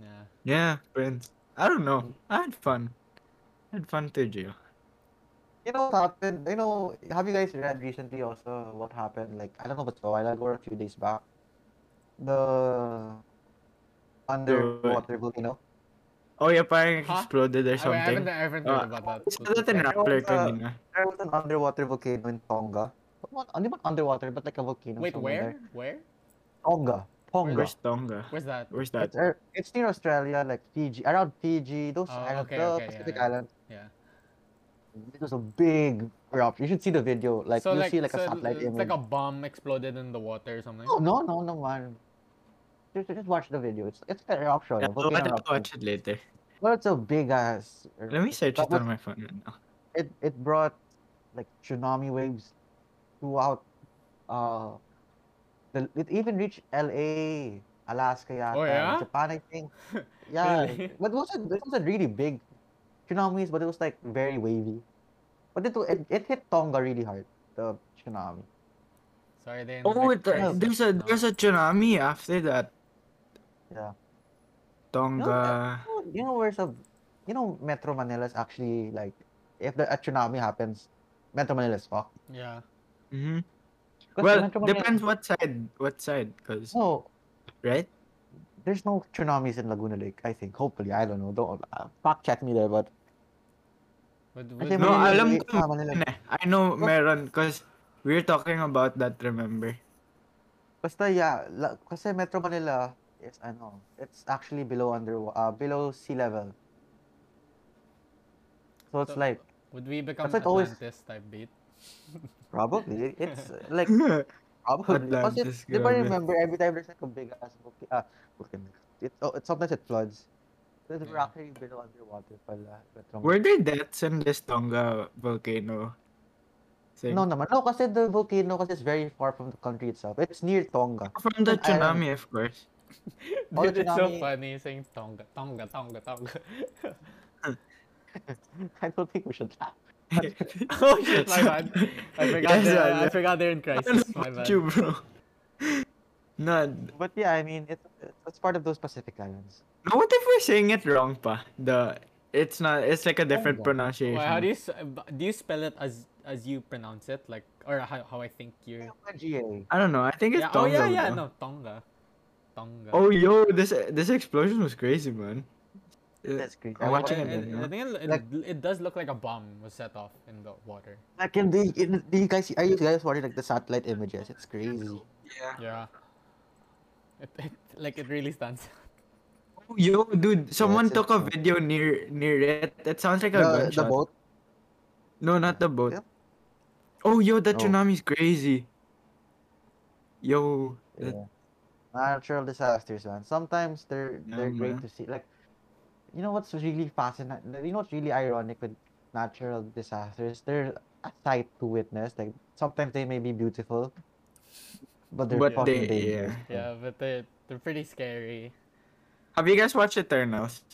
Speaker 2: Yeah.
Speaker 3: Yeah, friends. I don't know. I had fun. I had fun too, Gio.
Speaker 4: You know what happened? You know, have you guys read recently also what happened? Like, I don't know if it's a while ago or a few days back. The underwater volcano.
Speaker 3: Oh yeah, parang
Speaker 2: Huh?
Speaker 3: exploded or
Speaker 2: I, I haven't,
Speaker 3: something.
Speaker 2: I haven't
Speaker 3: Oh,
Speaker 2: heard about that.
Speaker 3: Is that in
Speaker 4: There
Speaker 3: Rappler
Speaker 4: was a-
Speaker 3: kanina?
Speaker 4: There was an underwater volcano in Tonga. What, hindi ba underwater, but like a volcano.
Speaker 2: Wait,
Speaker 4: somewhere
Speaker 2: where? Where?
Speaker 4: there. Tonga. Tonga.
Speaker 3: Where's Tonga?
Speaker 2: Where's that?
Speaker 3: Where's that?
Speaker 4: It's, er, it's near Australia, like Fiji, around Fiji, those
Speaker 2: Oh,
Speaker 4: islands,
Speaker 2: okay,
Speaker 4: the
Speaker 2: okay, yeah,
Speaker 4: Pacific
Speaker 2: yeah.
Speaker 4: Islands.
Speaker 2: Yeah.
Speaker 4: It was a big eruption. You should see the video. Like,
Speaker 2: so
Speaker 4: you
Speaker 2: like,
Speaker 4: see like
Speaker 2: so
Speaker 4: a satellite
Speaker 2: it's
Speaker 4: image. Oh,
Speaker 2: like a bomb exploded in the water or something.
Speaker 4: No, no, no, no, man. Just, just watch the video. It's it's an eruption.
Speaker 3: Yeah,
Speaker 4: a
Speaker 3: I'll
Speaker 4: volcano
Speaker 3: watch, I'll
Speaker 4: eruption.
Speaker 3: watch it later.
Speaker 4: Well, it's a big ass.
Speaker 3: Let me search it
Speaker 4: But-
Speaker 3: on my phone right now.
Speaker 4: It it brought like tsunami waves throughout. Uh, the, it even reached L.A., Alaska, yata,
Speaker 2: Oh, yeah?
Speaker 4: Japan, I think. Yeah,
Speaker 2: Really?
Speaker 4: but it wasn't it wasn't really big tsunamis, but it was like very wavy. But it wa- it, it hit Tonga really hard. The tsunami.
Speaker 2: Sorry, they.
Speaker 3: Oh,
Speaker 2: like,
Speaker 3: it, uh,
Speaker 2: pressed
Speaker 3: there's a
Speaker 2: no.
Speaker 3: there's a tsunami after that.
Speaker 4: Yeah.
Speaker 3: Tonga.
Speaker 4: You know, you know where's a you know, Metro Manila is actually like, if the, a tsunami happens, Metro Manila is fucked.
Speaker 2: Oh, Yeah.
Speaker 3: Mm-hmm.
Speaker 4: 'Cause
Speaker 3: Well,
Speaker 4: Metro Manila-
Speaker 3: depends what side, what side, cause
Speaker 4: No,
Speaker 3: right?
Speaker 4: there's no tsunamis in Laguna Lake. I think. Hopefully, I don't know. Don't uh, fact check me there, but
Speaker 2: But,
Speaker 4: I
Speaker 2: but
Speaker 4: think
Speaker 3: No,
Speaker 4: Manila,
Speaker 3: alam
Speaker 4: Lake-
Speaker 3: ko.
Speaker 4: ah, Manila.
Speaker 3: Yun eh. I know meron, cause we're talking about that. Remember?
Speaker 4: Basta yeah, la, kasi Metro Manila is ano, it's actually below under uh, below sea level. So it's
Speaker 2: So-
Speaker 4: like
Speaker 2: would we become
Speaker 4: That's like always-
Speaker 2: Atlantis type bait?
Speaker 4: probably it's like Probably.
Speaker 3: Atlantis,
Speaker 4: Because it, di ba
Speaker 3: grabe.
Speaker 4: remember, every time there's like a big ass volcano, uh, volcano. It, oh, it, sometimes it floods. So we're
Speaker 2: Yeah.
Speaker 4: actually below underwater pala. Metro
Speaker 3: Were there deaths in this Tonga volcano? Thing?
Speaker 4: No naman. No, kasi the volcano kasi is very far from the country itself. It's near Tonga.
Speaker 3: From the
Speaker 4: From Ireland.
Speaker 3: tsunami, of course.
Speaker 4: All
Speaker 2: Dude, it's so
Speaker 4: tsunami-
Speaker 2: funny saying Tonga, Tonga, Tonga, Tonga.
Speaker 4: I don't think we should laugh.
Speaker 2: oh shit, my bad. I forgot,
Speaker 3: Yes,
Speaker 2: they're-
Speaker 3: yeah,
Speaker 2: I
Speaker 3: yeah.
Speaker 2: forgot they're in crisis. My bad.
Speaker 3: you, bro. No,
Speaker 4: But yeah, I mean, it, it's part of those Pacific Islands.
Speaker 3: no, what if we're saying it wrong, pa? The it's not. It's like a different
Speaker 4: Tonga.
Speaker 3: pronunciation.
Speaker 2: Wait, how do you s- b- do you spell it as as you pronounce it, like or how, how I think you're?
Speaker 4: GA.
Speaker 3: I don't know. I think it's
Speaker 2: Yeah. Oh
Speaker 3: Tonga.
Speaker 2: yeah, yeah.
Speaker 3: bro.
Speaker 2: No, Tonga, Tonga.
Speaker 3: Oh yo, this this explosion was crazy, man. Uh,
Speaker 4: That's crazy.
Speaker 3: I'm
Speaker 4: Oh, I
Speaker 3: watching
Speaker 4: watched
Speaker 3: it.
Speaker 2: I, I- I
Speaker 3: again, no?
Speaker 2: think it,
Speaker 4: Like-
Speaker 2: it, it does look like a bomb was set off in the water.
Speaker 4: Like, in the, in, do you guys, are you guys watching like the satellite images? It's crazy.
Speaker 3: Yeah.
Speaker 2: Yeah. It, it like it really stands.
Speaker 3: Oh, yo, dude, someone
Speaker 4: it's
Speaker 3: took a
Speaker 4: insane.
Speaker 3: video near near it. It sounds like a
Speaker 4: The,
Speaker 3: gunshot.
Speaker 4: the boat.
Speaker 3: No, not the boat.
Speaker 4: Yeah.
Speaker 3: Oh, yo, that
Speaker 4: Oh.
Speaker 3: tsunami's crazy. Yo, that-
Speaker 4: Yeah. Natural disasters, man. Sometimes they're
Speaker 3: Yeah,
Speaker 4: they're great
Speaker 3: man.
Speaker 4: to see. Like, you know what's really fascinating? You know what's really ironic with natural disasters? They're a sight to witness. Like sometimes they may be beautiful, but they're
Speaker 3: but they,
Speaker 4: fucking dangerous.
Speaker 3: yeah.
Speaker 2: Yeah, but they they're pretty scary.
Speaker 3: Have you guys watched Eternals?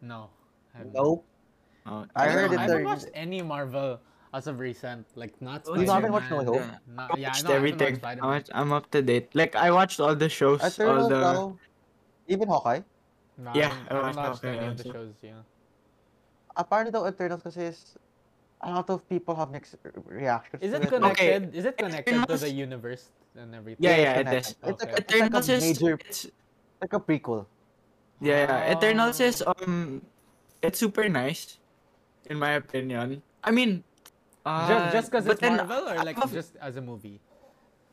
Speaker 2: No. I haven't.
Speaker 4: Nope.
Speaker 3: Oh,
Speaker 4: I heard
Speaker 2: No,
Speaker 4: it
Speaker 2: I
Speaker 4: there-
Speaker 2: haven't watched any Marvel as of recent. Like not.
Speaker 3: Oh, You
Speaker 2: Spider-Man.
Speaker 4: haven't watched No Way Home?
Speaker 2: No,
Speaker 3: I
Speaker 2: yeah, I know,
Speaker 3: watched
Speaker 2: I haven't watched
Speaker 3: everything. I
Speaker 2: Spider-Man.
Speaker 3: watched- I'm up to date. Like I watched all the shows,
Speaker 4: I
Speaker 3: all the
Speaker 4: though, even Hawkeye.
Speaker 2: No,
Speaker 3: Yeah,
Speaker 2: I haven't,
Speaker 3: oh, I
Speaker 2: I haven't
Speaker 3: watched
Speaker 2: watched any of the
Speaker 3: Hawkeye
Speaker 2: shows. Yeah.
Speaker 4: Apparently, though, Eternals kasi is a lot of people have mixed r- reactions.
Speaker 2: Is
Speaker 4: to
Speaker 2: it
Speaker 4: like,
Speaker 2: connected? Is it connected to
Speaker 3: Eternals-
Speaker 2: the universe and everything?
Speaker 3: yeah,
Speaker 4: it's
Speaker 3: yeah, it
Speaker 4: connected.
Speaker 3: is.
Speaker 4: It's like,
Speaker 2: Okay.
Speaker 4: it's like
Speaker 3: Eternals
Speaker 4: a
Speaker 3: is
Speaker 4: major,
Speaker 3: it's,
Speaker 4: like a prequel.
Speaker 3: yeah, yeah, Eternals
Speaker 2: Oh.
Speaker 3: is um, it's super nice, in my opinion. I mean,
Speaker 2: Just
Speaker 3: uh,
Speaker 2: just because
Speaker 3: but
Speaker 2: it's
Speaker 3: then
Speaker 2: Marvel or like
Speaker 3: above-
Speaker 2: just as a movie?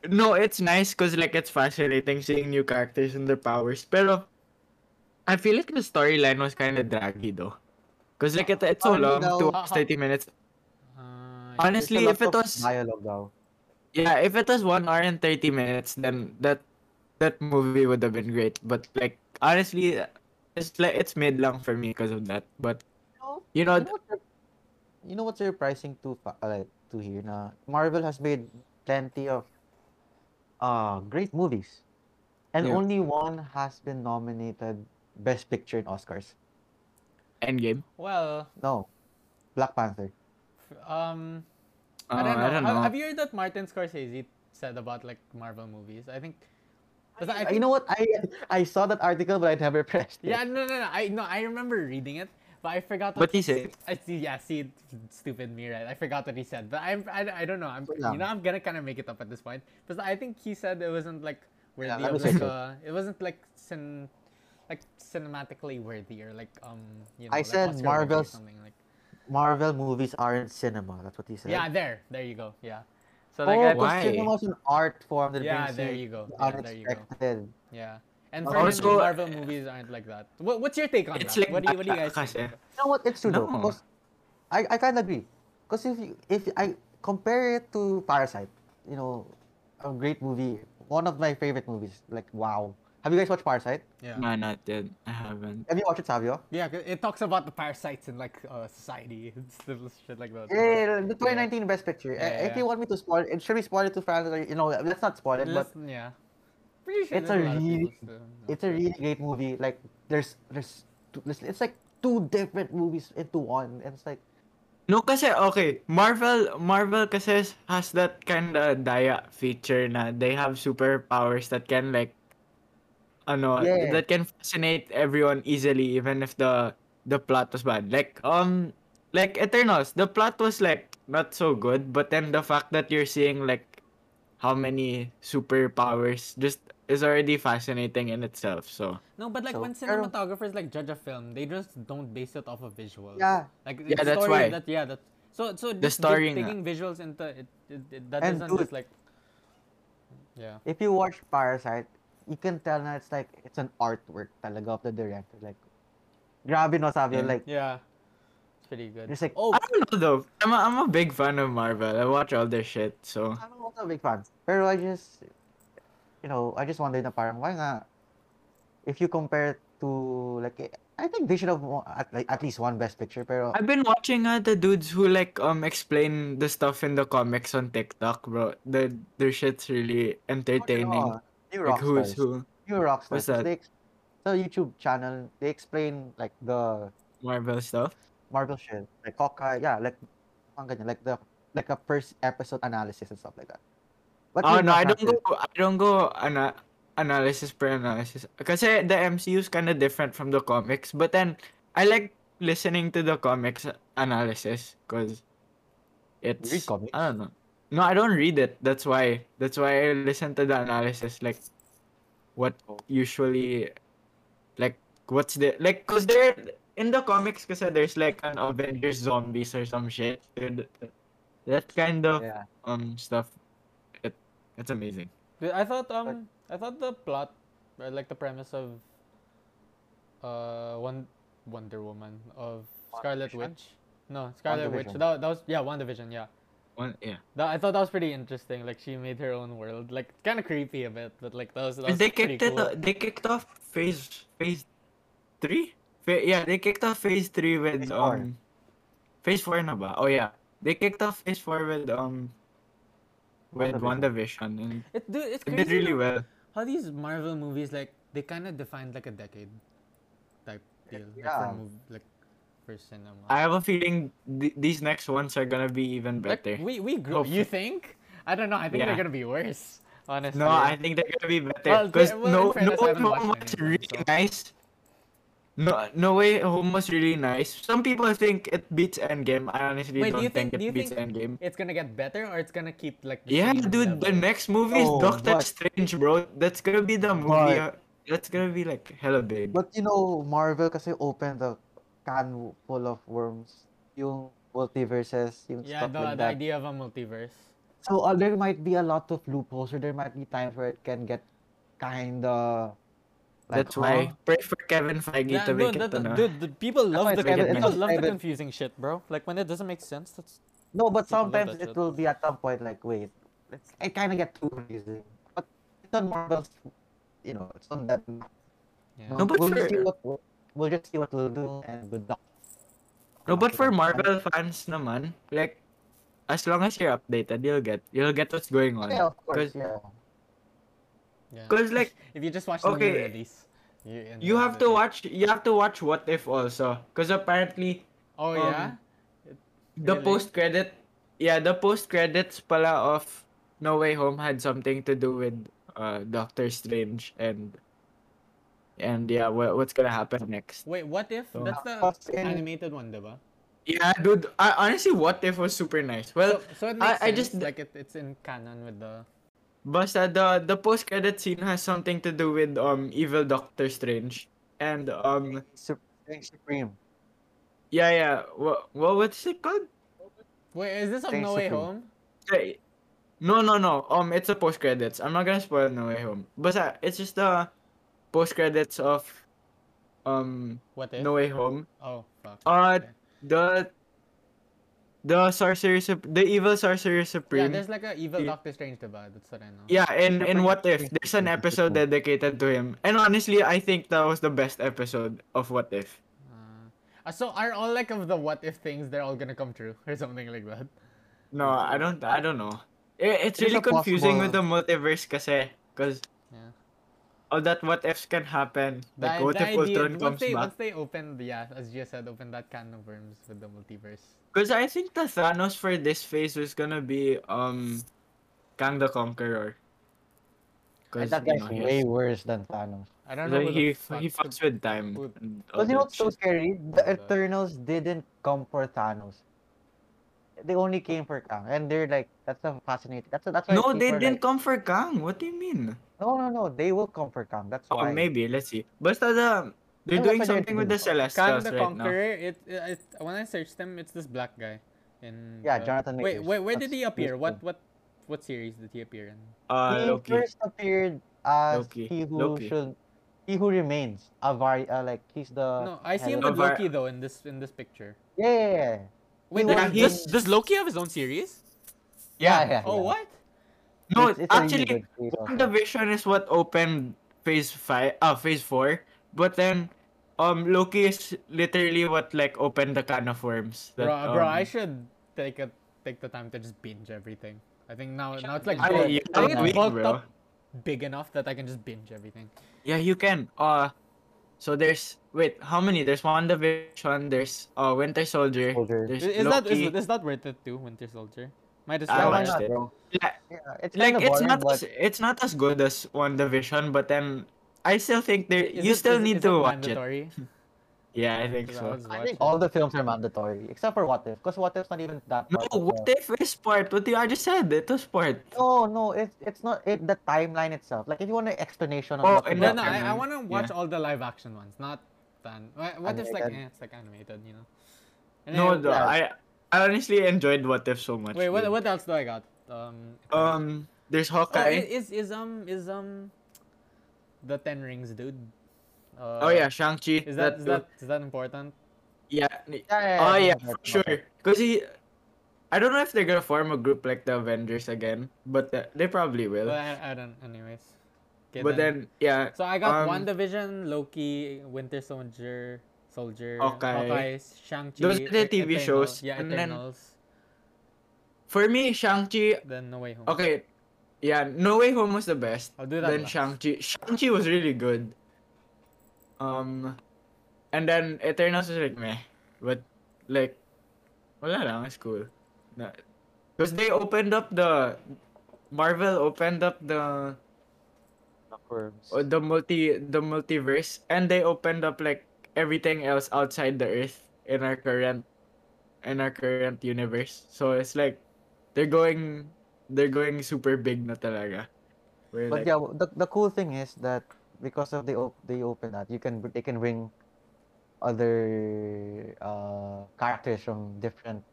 Speaker 3: No, it's nice because like it's fascinating seeing new characters and their powers. Pero I feel like the storyline was kind of draggy though, because like it, it's so
Speaker 4: Honestly,
Speaker 3: long,
Speaker 4: though-
Speaker 3: two hours, thirty minutes.
Speaker 2: Uh,
Speaker 4: There's a
Speaker 3: Honestly,
Speaker 4: lot
Speaker 3: if it
Speaker 4: of
Speaker 3: was
Speaker 4: dialogue though.
Speaker 3: yeah, if it was one hour and thirty minutes, then that that movie would have been great. But like honestly, it's like it's mid long for me because of that. But you know,
Speaker 4: you know, what's sur- you know what's surprising to fa- uh, like to hear na Marvel has made plenty of uh great movies, and
Speaker 3: Yeah.
Speaker 4: only one has been nominated Best Picture in Oscars.
Speaker 3: Endgame.
Speaker 2: well,
Speaker 4: No, Black Panther.
Speaker 2: um,
Speaker 3: Uh,
Speaker 2: I don't know.
Speaker 3: I don't
Speaker 2: Have-
Speaker 3: know.
Speaker 2: Have you heard that Martin Scorsese said about like Marvel movies? I think. 'cause I
Speaker 4: Uh,
Speaker 2: think
Speaker 4: you know what? I I saw that article, but I never pressed it.
Speaker 2: Yeah, no, no, no. I no, I remember reading it, but I forgot.
Speaker 3: What
Speaker 2: What
Speaker 3: he said.
Speaker 2: I see. Yeah, see, stupid me, right? I forgot what he said, but I'm, I, I don't know. I'm,
Speaker 4: Yeah.
Speaker 2: you know, I'm gonna kind of make it up at this point. Because I think he said it wasn't like worthy
Speaker 4: that
Speaker 2: of
Speaker 4: was
Speaker 2: like
Speaker 4: okay.
Speaker 2: uh, it wasn't like cin, like cinematically worthy or like um, you know,
Speaker 4: I
Speaker 2: like
Speaker 4: said
Speaker 2: Oscar-worthy or
Speaker 4: Marvel's-
Speaker 2: something like.
Speaker 4: Marvel movies aren't cinema. That's what he said.
Speaker 2: Yeah, there, there you go. Yeah. So like, I think-
Speaker 3: Why?
Speaker 4: Oh, because cinema is an art form that
Speaker 2: yeah,
Speaker 4: brings
Speaker 2: there
Speaker 4: you
Speaker 2: you go.
Speaker 4: the
Speaker 2: Yeah, there you go.
Speaker 4: unexpected.
Speaker 2: Yeah. And
Speaker 4: Uh,
Speaker 2: for him,
Speaker 3: also-
Speaker 2: Marvel movies aren't like that. What, what's your take on
Speaker 3: It's
Speaker 2: that?
Speaker 3: like
Speaker 2: what do you, what do you guys
Speaker 3: bata
Speaker 2: think?
Speaker 3: kasi.
Speaker 4: You know what? It's true though.
Speaker 3: No.
Speaker 4: Because I, I kind of agree. Because if you, if I compare it to Parasite, you know, a great movie, one of my favorite movies. Like wow. Have you guys watched Parasite?
Speaker 2: Yeah.
Speaker 3: No, not yet. I haven't.
Speaker 4: Have you watched it, Savio?
Speaker 2: Yeah, 'cause it talks about the parasites in like uh, society and stuff- shit like that.
Speaker 4: Yeah, the 2019 Best
Speaker 2: Yeah,
Speaker 4: Picture. Eh,
Speaker 2: yeah,
Speaker 4: if
Speaker 2: yeah.
Speaker 4: you want me to spoil it, should we spoil it to fans? Or, you know, let's not spoil it. But
Speaker 2: Unless- yeah. Pretty sure
Speaker 4: It's
Speaker 2: there's
Speaker 4: a
Speaker 2: lot of people
Speaker 4: really-
Speaker 2: still not
Speaker 4: it's a really great movie. Like there's there's two, there's- it's like two different movies into one, and it's like
Speaker 3: No, kasi, okay, Marvel, Marvel kasi has that kind of Daya feature na they have superpowers that can, like, ano,
Speaker 4: Yeah.
Speaker 3: that can fascinate everyone easily, even if the the plot was bad. Like um like Eternals, the plot was like not so good, but then the fact that you're seeing like how many superpowers just is already fascinating in itself. So
Speaker 2: No, but like
Speaker 4: So,
Speaker 2: when
Speaker 4: pero-
Speaker 2: cinematographers like judge a film, they just don't base it off of visuals.
Speaker 4: Yeah.
Speaker 2: Like the
Speaker 3: Yeah, that's
Speaker 2: story,
Speaker 3: why.
Speaker 2: That yeah, that so so just gi-
Speaker 3: story nga.
Speaker 2: taking visuals into it, it, it that
Speaker 4: And
Speaker 2: not
Speaker 4: dude-
Speaker 2: just like yeah.
Speaker 4: If you watch Parasite, you can tell na it's like it's an artwork talaga of the director. Like, grabe no sabi
Speaker 3: Yeah.
Speaker 4: like
Speaker 2: Yeah. It's pretty good.
Speaker 4: There's like-
Speaker 2: oh,
Speaker 3: I don't know though. I'm a, I'm a big fan of Marvel. I watch all their shit. So
Speaker 4: I'm also a big fan. Pero I just, you know, I just wondered na parang, why nga, if you compare to, like, eh, I think they should have won- at, like, at least one best picture, pero,
Speaker 3: I've been watching uh, the dudes who like um explain the stuff in the comics on TikTok, bro. The their shit's really entertaining.
Speaker 4: Oh, New
Speaker 3: Like who's
Speaker 4: Rockstars.
Speaker 3: who?
Speaker 4: New Rockstars.
Speaker 3: What's
Speaker 4: So
Speaker 3: that?
Speaker 4: They, ex- the YouTube channel, they explain, like, the
Speaker 3: Marvel stuff.
Speaker 4: Marvel shit. Like, Hawkeye, yeah, like, mga ganyan, like, the, like, a first episode analysis and stuff like that. But
Speaker 3: Oh
Speaker 4: yun
Speaker 3: no,
Speaker 4: nga,
Speaker 3: I don't
Speaker 4: Francis,
Speaker 3: go. I don't go ana analysis per analysis. Kasi the MCU is kind of different from the comics. But then I like listening to the comics analysis because it's.
Speaker 4: comics?
Speaker 3: I don't know. No, I don't read it. That's why. That's why I listen to the analysis. Like, what
Speaker 4: Oh.
Speaker 3: usually, like, what's the like? Cause there in the comics, cause there's like an Avengers zombies or some shit. Dude, That kind of
Speaker 4: Yeah.
Speaker 3: um stuff. It it's amazing.
Speaker 2: Dude, I thought um I thought the plot or like the premise of uh one Wonder Woman of Scarlet
Speaker 4: WandaVision?
Speaker 2: Witch. No, Scarlet Witch.
Speaker 4: WandaVision.
Speaker 2: That, that was yeah, WandaVision, yeah.
Speaker 3: One yeah.
Speaker 2: That, I thought that was pretty interesting. Like she made her own world. Like kind of creepy a bit, but like that was, that was
Speaker 3: they
Speaker 2: pretty
Speaker 3: kicked it.
Speaker 2: cool.
Speaker 3: o- They kicked off phase phase three. Fa- yeah, they kicked off phase three with
Speaker 4: Phase four.
Speaker 3: um phase four na ba? Oh yeah, they kicked off phase four with um with WandaVision and
Speaker 2: It, dude, it's
Speaker 3: it
Speaker 2: crazy
Speaker 3: did really
Speaker 2: no?
Speaker 3: well.
Speaker 2: how these Marvel movies like they kind of defined like a decade type deal like,
Speaker 4: yeah.
Speaker 2: for mov- like for cinema.
Speaker 3: I have a feeling th- these next ones are gonna be even
Speaker 2: Like,
Speaker 3: better.
Speaker 2: we we grew. You
Speaker 3: Hopefully.
Speaker 2: think? I don't know. I think they're
Speaker 3: Yeah.
Speaker 2: gonna be worse. Honestly.
Speaker 3: No, I think they're gonna be
Speaker 2: Well,
Speaker 3: better
Speaker 2: they-
Speaker 3: because
Speaker 2: well, in
Speaker 3: no,
Speaker 2: fairness, I
Speaker 3: no,
Speaker 2: haven't
Speaker 3: no
Speaker 2: watched any
Speaker 3: one's
Speaker 2: of them,
Speaker 3: really
Speaker 2: so.
Speaker 3: nice. No, no way, home was really nice. Some people think it beats Endgame. I honestly
Speaker 2: Wait, do
Speaker 3: don't
Speaker 2: you
Speaker 3: think,
Speaker 2: think- do you
Speaker 3: it beats
Speaker 2: think-
Speaker 3: Endgame.
Speaker 2: It's gonna get better, or it's gonna keep like. The
Speaker 3: Yeah,
Speaker 2: same
Speaker 3: dude, the
Speaker 2: level? Oh,
Speaker 3: next movie is
Speaker 4: No,
Speaker 3: Doctor
Speaker 4: but-
Speaker 3: Strange, bro. That's gonna be the movie.
Speaker 4: But-
Speaker 3: uh, that's gonna be like hella big.
Speaker 4: But you know, Marvel kasi opened the can full of worms. Yung multiverses, yung
Speaker 2: Yeah,
Speaker 4: stuff
Speaker 2: the,
Speaker 4: like
Speaker 2: the
Speaker 4: that.
Speaker 2: idea of a multiverse.
Speaker 4: So uh, there might be a lot of loopholes or there might be times where it can get kinda like,
Speaker 3: that's why. Pray for Kevin Feige
Speaker 2: Yeah,
Speaker 3: to make
Speaker 2: dude,
Speaker 3: it.
Speaker 2: that,
Speaker 3: ano.
Speaker 2: dude, the people
Speaker 4: why
Speaker 2: love the
Speaker 4: it's
Speaker 3: like a
Speaker 2: people
Speaker 4: mess.
Speaker 2: love the
Speaker 4: Private-
Speaker 2: confusing shit, bro. Like when it doesn't make sense, that's
Speaker 4: huh? No, but
Speaker 2: people love
Speaker 4: sometimes
Speaker 2: that
Speaker 4: it
Speaker 2: shit.
Speaker 4: will be at some point like wait, it's, it kinda get too crazy. But it's on Marvel's you know, it's on that
Speaker 2: yeah.
Speaker 3: No,
Speaker 4: no,
Speaker 3: but
Speaker 4: we'll just
Speaker 3: for-
Speaker 4: see what we'll just see what we'll do and we'll not.
Speaker 3: No, but for Marvel fans naman, like, as long as you're updated, you'll get you'll get what's going on.
Speaker 4: Oh, Yeah, of course,
Speaker 3: 'Cause-
Speaker 4: yeah.
Speaker 2: yeah.
Speaker 3: 'cause, like,
Speaker 2: if you just watch the new
Speaker 3: okay,
Speaker 2: release, you, and
Speaker 3: You
Speaker 2: then
Speaker 3: have
Speaker 2: the-
Speaker 3: to watch. You have to watch What If also, because apparently
Speaker 2: Oh
Speaker 3: um,
Speaker 2: yeah.
Speaker 3: the
Speaker 2: Really?
Speaker 3: post credit, yeah, the post credits pala of No Way Home had something to do with uh Doctor Strange and and yeah, wha- what's gonna happen next?
Speaker 2: Wait, what if?
Speaker 3: So-
Speaker 2: That's
Speaker 4: Us
Speaker 2: the
Speaker 4: in-
Speaker 2: animated one, diba?
Speaker 3: Yeah, dude. I, honestly, What If was super nice. Well,
Speaker 2: So, so it
Speaker 3: I-
Speaker 2: makes
Speaker 3: I
Speaker 2: sense,
Speaker 3: just-
Speaker 2: like it, it's in canon with the.
Speaker 3: Basta the the post credit scene has something to do with um evil Doctor Strange and um
Speaker 4: Sup- Supreme.
Speaker 3: yeah yeah what what what's it called?
Speaker 2: Wait, is this of
Speaker 4: Things
Speaker 2: No Way
Speaker 4: Supreme.
Speaker 2: Home?
Speaker 3: Hey, no, no, no. Um, it's a post credits. I'm not gonna spoil No Way Home. But uh, it's just the post credits of um
Speaker 2: What if?
Speaker 3: No Way Home.
Speaker 2: Oh fuck.
Speaker 3: Uh,
Speaker 2: Okay.
Speaker 3: the the sorcerer, Sup- the evil sorcerer
Speaker 2: yeah,
Speaker 3: supreme.
Speaker 2: there's like a evil
Speaker 3: Yeah.
Speaker 2: Doctor Strange, diba? That's what I know.
Speaker 3: Yeah, and
Speaker 4: Siya pa
Speaker 3: in
Speaker 4: yung
Speaker 3: What If,
Speaker 4: Strange
Speaker 3: there's an
Speaker 4: Supreme, that's
Speaker 3: episode
Speaker 4: cool.
Speaker 3: dedicated to him. And honestly, I think that was the best episode of What If.
Speaker 2: Uh, uh, so are all like of the what if things they're all gonna come true or something like that?
Speaker 3: No, I don't, I don't know. It, it's
Speaker 4: It is
Speaker 3: really
Speaker 4: a
Speaker 3: confusing with the
Speaker 4: possible-
Speaker 3: multiverse, kasi, cause
Speaker 2: Yeah.
Speaker 3: all that What Ifs can happen.
Speaker 2: The,
Speaker 3: Like, what
Speaker 2: the
Speaker 3: if
Speaker 2: idea-
Speaker 3: Ultron
Speaker 2: once
Speaker 3: comes
Speaker 2: they
Speaker 3: back?
Speaker 2: once they open the yeah, as Gia said, open that can of worms with the multiverse.
Speaker 3: Because I think the Thanos for this phase was gonna be um Kang the Conqueror.
Speaker 4: And
Speaker 3: Because
Speaker 4: that guy's way worse than Thanos.
Speaker 2: I don't know. who
Speaker 3: So
Speaker 2: the
Speaker 3: he
Speaker 2: fuck-
Speaker 3: he fucks with time.
Speaker 2: Who-
Speaker 3: and all
Speaker 4: Because you
Speaker 3: that
Speaker 4: know what's so
Speaker 3: shit.
Speaker 4: scary? The Eternals didn't come for Thanos. They only came for Kang, and they're like, that's a fascinating. That's a, that's why
Speaker 3: No, they
Speaker 4: people are
Speaker 3: didn't
Speaker 4: Like,
Speaker 3: come for Kang. What do you mean?
Speaker 4: no, no, no. They will come for Kang. That's
Speaker 3: Oh,
Speaker 4: why.
Speaker 3: maybe let's see. Basta the they're
Speaker 4: Ano
Speaker 3: doing
Speaker 4: ba pa
Speaker 3: something with the
Speaker 2: Kang
Speaker 3: Celestials
Speaker 2: the
Speaker 3: right now.
Speaker 2: Conqueror. It, it, it- when I searched him, it's this black guy. In
Speaker 4: Yeah,
Speaker 2: the-
Speaker 4: Jonathan
Speaker 2: Wait,
Speaker 4: Majors.
Speaker 2: where, where did
Speaker 4: That's-
Speaker 2: he appear?
Speaker 4: that's
Speaker 2: What
Speaker 4: him.
Speaker 2: what what series did he appear in?
Speaker 3: Uh,
Speaker 4: He
Speaker 3: Loki.
Speaker 4: first appeared as
Speaker 3: Loki.
Speaker 4: he who
Speaker 3: Loki.
Speaker 4: should, he who remains. Avari, uh, like he's the.
Speaker 2: No, I see him with
Speaker 4: head of-
Speaker 3: No, Var-
Speaker 2: Loki though in this in this picture.
Speaker 4: Yeah, yeah, yeah.
Speaker 2: Wait,
Speaker 4: was
Speaker 2: does,
Speaker 3: Yeah,
Speaker 2: does,
Speaker 3: he's-
Speaker 2: does Loki have his own series?
Speaker 4: Yeah, yeah,
Speaker 2: Oh
Speaker 4: yeah.
Speaker 2: what?
Speaker 3: No,
Speaker 4: It's- it's a really
Speaker 3: actually,
Speaker 4: good series also.
Speaker 3: WandaVision is what opened Phase Five. Uh, Phase Four. But then, um, Loki is literally what like opened the can of worms. that,
Speaker 2: bro, bro, I
Speaker 3: um,
Speaker 2: should take a take the time to just binge everything. I think now now it's like
Speaker 3: I,
Speaker 2: bulked-
Speaker 3: you
Speaker 2: I think it's
Speaker 3: can't wait,
Speaker 2: bulked
Speaker 3: bro.
Speaker 2: up big enough that I can just binge everything.
Speaker 3: Yeah, you can. Uh, so there's wait, how many? There's WandaVision. There's uh Winter Soldier.
Speaker 4: Soldier.
Speaker 3: There's
Speaker 2: Is, is that
Speaker 3: Loki.
Speaker 2: is, is that worth it too, Winter Soldier? Might as well.
Speaker 3: I
Speaker 4: why
Speaker 3: watched
Speaker 4: not,
Speaker 3: it.
Speaker 4: bro?
Speaker 3: Like-
Speaker 4: Yeah, it's
Speaker 3: like
Speaker 4: kinda
Speaker 3: it's
Speaker 4: boring,
Speaker 3: not
Speaker 4: but
Speaker 3: as, it's not as good as WandaVision, but then I still think there
Speaker 2: Is
Speaker 3: you
Speaker 2: it-
Speaker 3: still
Speaker 2: is-
Speaker 3: need
Speaker 2: is it
Speaker 3: to watch it.
Speaker 2: mandatory?
Speaker 3: Yeah, I think
Speaker 2: Because I
Speaker 3: so.
Speaker 2: was
Speaker 4: I
Speaker 2: watching.
Speaker 4: think all the films are mandatory except for What If, because What If's not even that.
Speaker 3: No,
Speaker 4: part of
Speaker 3: what
Speaker 4: the-
Speaker 3: if is part? What you I just said it was part.
Speaker 4: No, no, it's it's not it the timeline itself. Like if you want an explanation on
Speaker 3: Oh,
Speaker 4: what
Speaker 3: and
Speaker 2: No,
Speaker 4: the
Speaker 2: no,
Speaker 3: Yeah,
Speaker 2: I, I
Speaker 3: man.
Speaker 2: want to watch all the live action ones, not fan. What, what if like
Speaker 4: Animated.
Speaker 2: eh, it's like animated, you know? And
Speaker 3: No,
Speaker 2: then-
Speaker 3: though, I I honestly enjoyed what if so much.
Speaker 2: wait, what,
Speaker 3: dude.
Speaker 2: what else do I got? Um,
Speaker 3: Um, there's
Speaker 2: oh, i-
Speaker 3: Hawkeye.
Speaker 2: is is um is um the Ten Rings dude? Uh,
Speaker 3: Oh, yeah, Shang Chi.
Speaker 2: Is that is
Speaker 3: too.
Speaker 2: that is that important?
Speaker 3: yeah?
Speaker 4: Yeah, yeah,
Speaker 3: Oh
Speaker 4: yeah,
Speaker 3: yeah,
Speaker 4: yeah,
Speaker 3: for
Speaker 4: yeah.
Speaker 3: sure. Cause he, I don't know if they're gonna form a group like the Avengers again, but uh, they probably will.
Speaker 2: Well, I, I don't. Anyways. Okay,
Speaker 3: but then, yeah,
Speaker 2: so I got
Speaker 3: um,
Speaker 2: One Division, Loki, Winter Soldier, Soldier,
Speaker 3: Hawkeye.
Speaker 2: Shang Chi.
Speaker 3: Those are the TV shows,
Speaker 2: Yeah,
Speaker 3: and then-
Speaker 2: Eternals.
Speaker 3: for me, Shang Chi.
Speaker 2: Then No Way Home.
Speaker 3: Okay, yeah, No Way Home was the best.
Speaker 2: I'll do that
Speaker 3: Then
Speaker 2: last.
Speaker 3: Shang Chi. Shang Chi was really good. Um, and then Eternals is like meh, but like, wala lang, it's cool. Na- Cause they opened up the, Marvel opened up the
Speaker 4: confirms.
Speaker 3: or the multi the multiverse and they opened up like everything else outside the earth in our current in our current universe so it's like they're going they're going super big na talaga We're
Speaker 4: But
Speaker 3: like,
Speaker 4: yeah, the, the cool thing is that because of the op- they open that you can br- they can bring other uh characters from different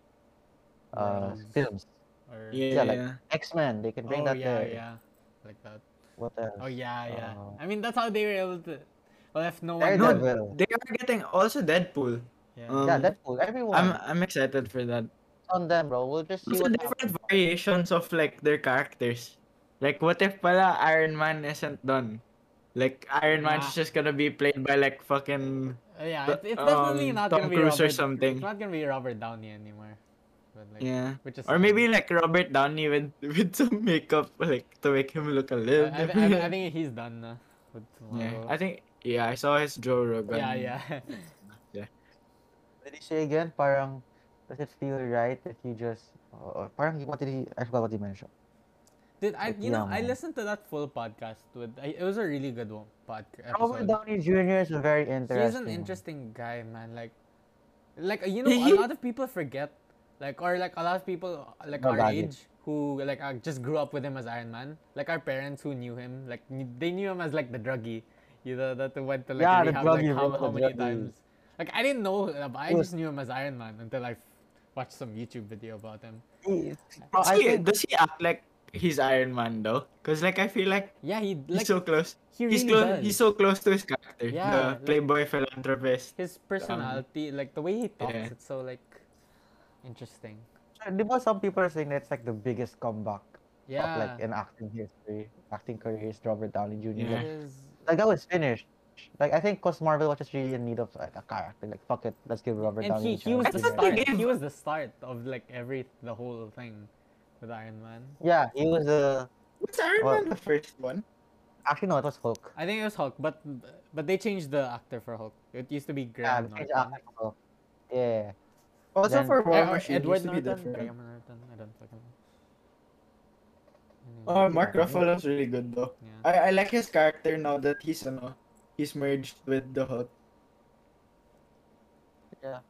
Speaker 4: uh
Speaker 2: Realms.
Speaker 4: films.
Speaker 2: Or...
Speaker 3: yeah,
Speaker 4: yeah, like, X Men, they can bring
Speaker 2: Oh
Speaker 4: that
Speaker 2: yeah,
Speaker 4: there.
Speaker 2: yeah, like that.
Speaker 4: What else?
Speaker 2: Oh yeah, yeah.
Speaker 4: Oh.
Speaker 2: I mean, that's how they were able to. Well, if no one.
Speaker 3: Daredevil.
Speaker 4: Daredevil.
Speaker 3: they are getting also deadpool
Speaker 2: Yeah.
Speaker 3: Um,
Speaker 4: yeah, Deadpool. Everyone
Speaker 3: i'm i'm excited for that
Speaker 4: on them, bro. We'll just see
Speaker 3: also
Speaker 4: what
Speaker 3: different
Speaker 4: happens.
Speaker 3: variations of like their characters like what if pala iron man isn't done like iron man's
Speaker 2: Yeah.
Speaker 3: just gonna be played by like fucking
Speaker 2: Uh, yeah, it's,
Speaker 3: Th-
Speaker 2: it's definitely
Speaker 3: um,
Speaker 2: not
Speaker 3: Tom
Speaker 2: gonna be
Speaker 3: Cruise
Speaker 2: Robert.
Speaker 3: or something.
Speaker 2: It's not gonna be Robert Downey anymore. But like,
Speaker 3: yeah
Speaker 2: Which is
Speaker 3: Or maybe like Robert Downey with with some makeup like to make him look a
Speaker 2: I,
Speaker 3: little.
Speaker 2: I, thi- I, thi- I think he's done na. With
Speaker 3: yeah,
Speaker 2: tomorrow.
Speaker 3: I think yeah, I saw his Joe Rogan.
Speaker 2: Oh. yeah, yeah.
Speaker 4: What did he say again? Parang, does it feel right if you just, uh, parang he- what did he, I forgot what he mentioned.
Speaker 2: Dude, I
Speaker 4: Like,
Speaker 2: you know
Speaker 4: yeah,
Speaker 2: I
Speaker 4: man.
Speaker 2: listened to that full podcast with. I, it was a really good one podcast.
Speaker 4: Robert Downey Jr. is a very interesting.
Speaker 2: He's an interesting guy, man. Like, like you know,
Speaker 3: He-
Speaker 2: a
Speaker 3: he-
Speaker 2: lot of people forget, like, or like a lot of people uh, like
Speaker 4: No
Speaker 2: our
Speaker 4: value.
Speaker 2: age who like uh, just grew up with him as Iron Man. Like our parents who knew him, like kn- they knew him as like the druggie, you know, that went to like rehab
Speaker 4: Yeah, the
Speaker 2: like
Speaker 4: druggie,
Speaker 2: how,
Speaker 4: bro,
Speaker 2: how
Speaker 4: the
Speaker 2: many
Speaker 4: druggie.
Speaker 2: times. Like I didn't know, him, but I
Speaker 4: Yes.
Speaker 2: just knew him as Iron Man until I f- watched some YouTube video about him.
Speaker 4: He- bro,
Speaker 3: Does
Speaker 4: I
Speaker 3: he,
Speaker 4: think,
Speaker 3: does he act like he's Iron Man though? Cause like I feel like
Speaker 2: Yeah, he
Speaker 3: he's
Speaker 2: like
Speaker 3: so close.
Speaker 2: he
Speaker 3: he's
Speaker 2: really
Speaker 3: close.
Speaker 2: does.
Speaker 3: He's so close to his character.
Speaker 2: Yeah,
Speaker 3: the
Speaker 2: like-
Speaker 3: playboy philanthropist.
Speaker 2: His personality, like the way he talks,
Speaker 3: Yeah.
Speaker 2: it's so like interesting.
Speaker 4: di ba some people are saying that's like the biggest comeback of,
Speaker 2: Yeah.
Speaker 4: like in acting history, acting career is Robert Downey Jr.
Speaker 3: Yeah.
Speaker 4: Like,
Speaker 2: It is-
Speaker 4: Like, that was finished. Like, I think because Marvel was just really in need of like, a character. Like, fuck it, let's give Robert
Speaker 2: and he,
Speaker 4: Downey
Speaker 2: he was the
Speaker 4: a chance.
Speaker 3: I thought
Speaker 2: start.
Speaker 3: they gave-
Speaker 2: He was the start of like every the whole thing with Iron Man.
Speaker 4: Yeah, he was the,
Speaker 3: Was Iron
Speaker 4: Well-
Speaker 3: Man the first one?
Speaker 4: actually no, it was Hulk.
Speaker 2: I think it was Hulk, but but they changed the actor for Hulk. It used to be
Speaker 4: Yeah,
Speaker 2: Graham Norton.
Speaker 4: change the Uh, actor to Hulk. Yeah.
Speaker 3: Also
Speaker 4: Then-
Speaker 3: for
Speaker 2: Eh,
Speaker 3: War
Speaker 2: or
Speaker 3: Machine.
Speaker 2: Edward
Speaker 3: used to be
Speaker 2: Norton.
Speaker 3: different.
Speaker 2: Graham Norton. I don't fucking know. Anyway,
Speaker 3: Oh, Mark Ruffalo's really good though.
Speaker 2: yeah.
Speaker 3: I, I like his character now that he's ano, he's merged with the Hulk.
Speaker 4: Yeah.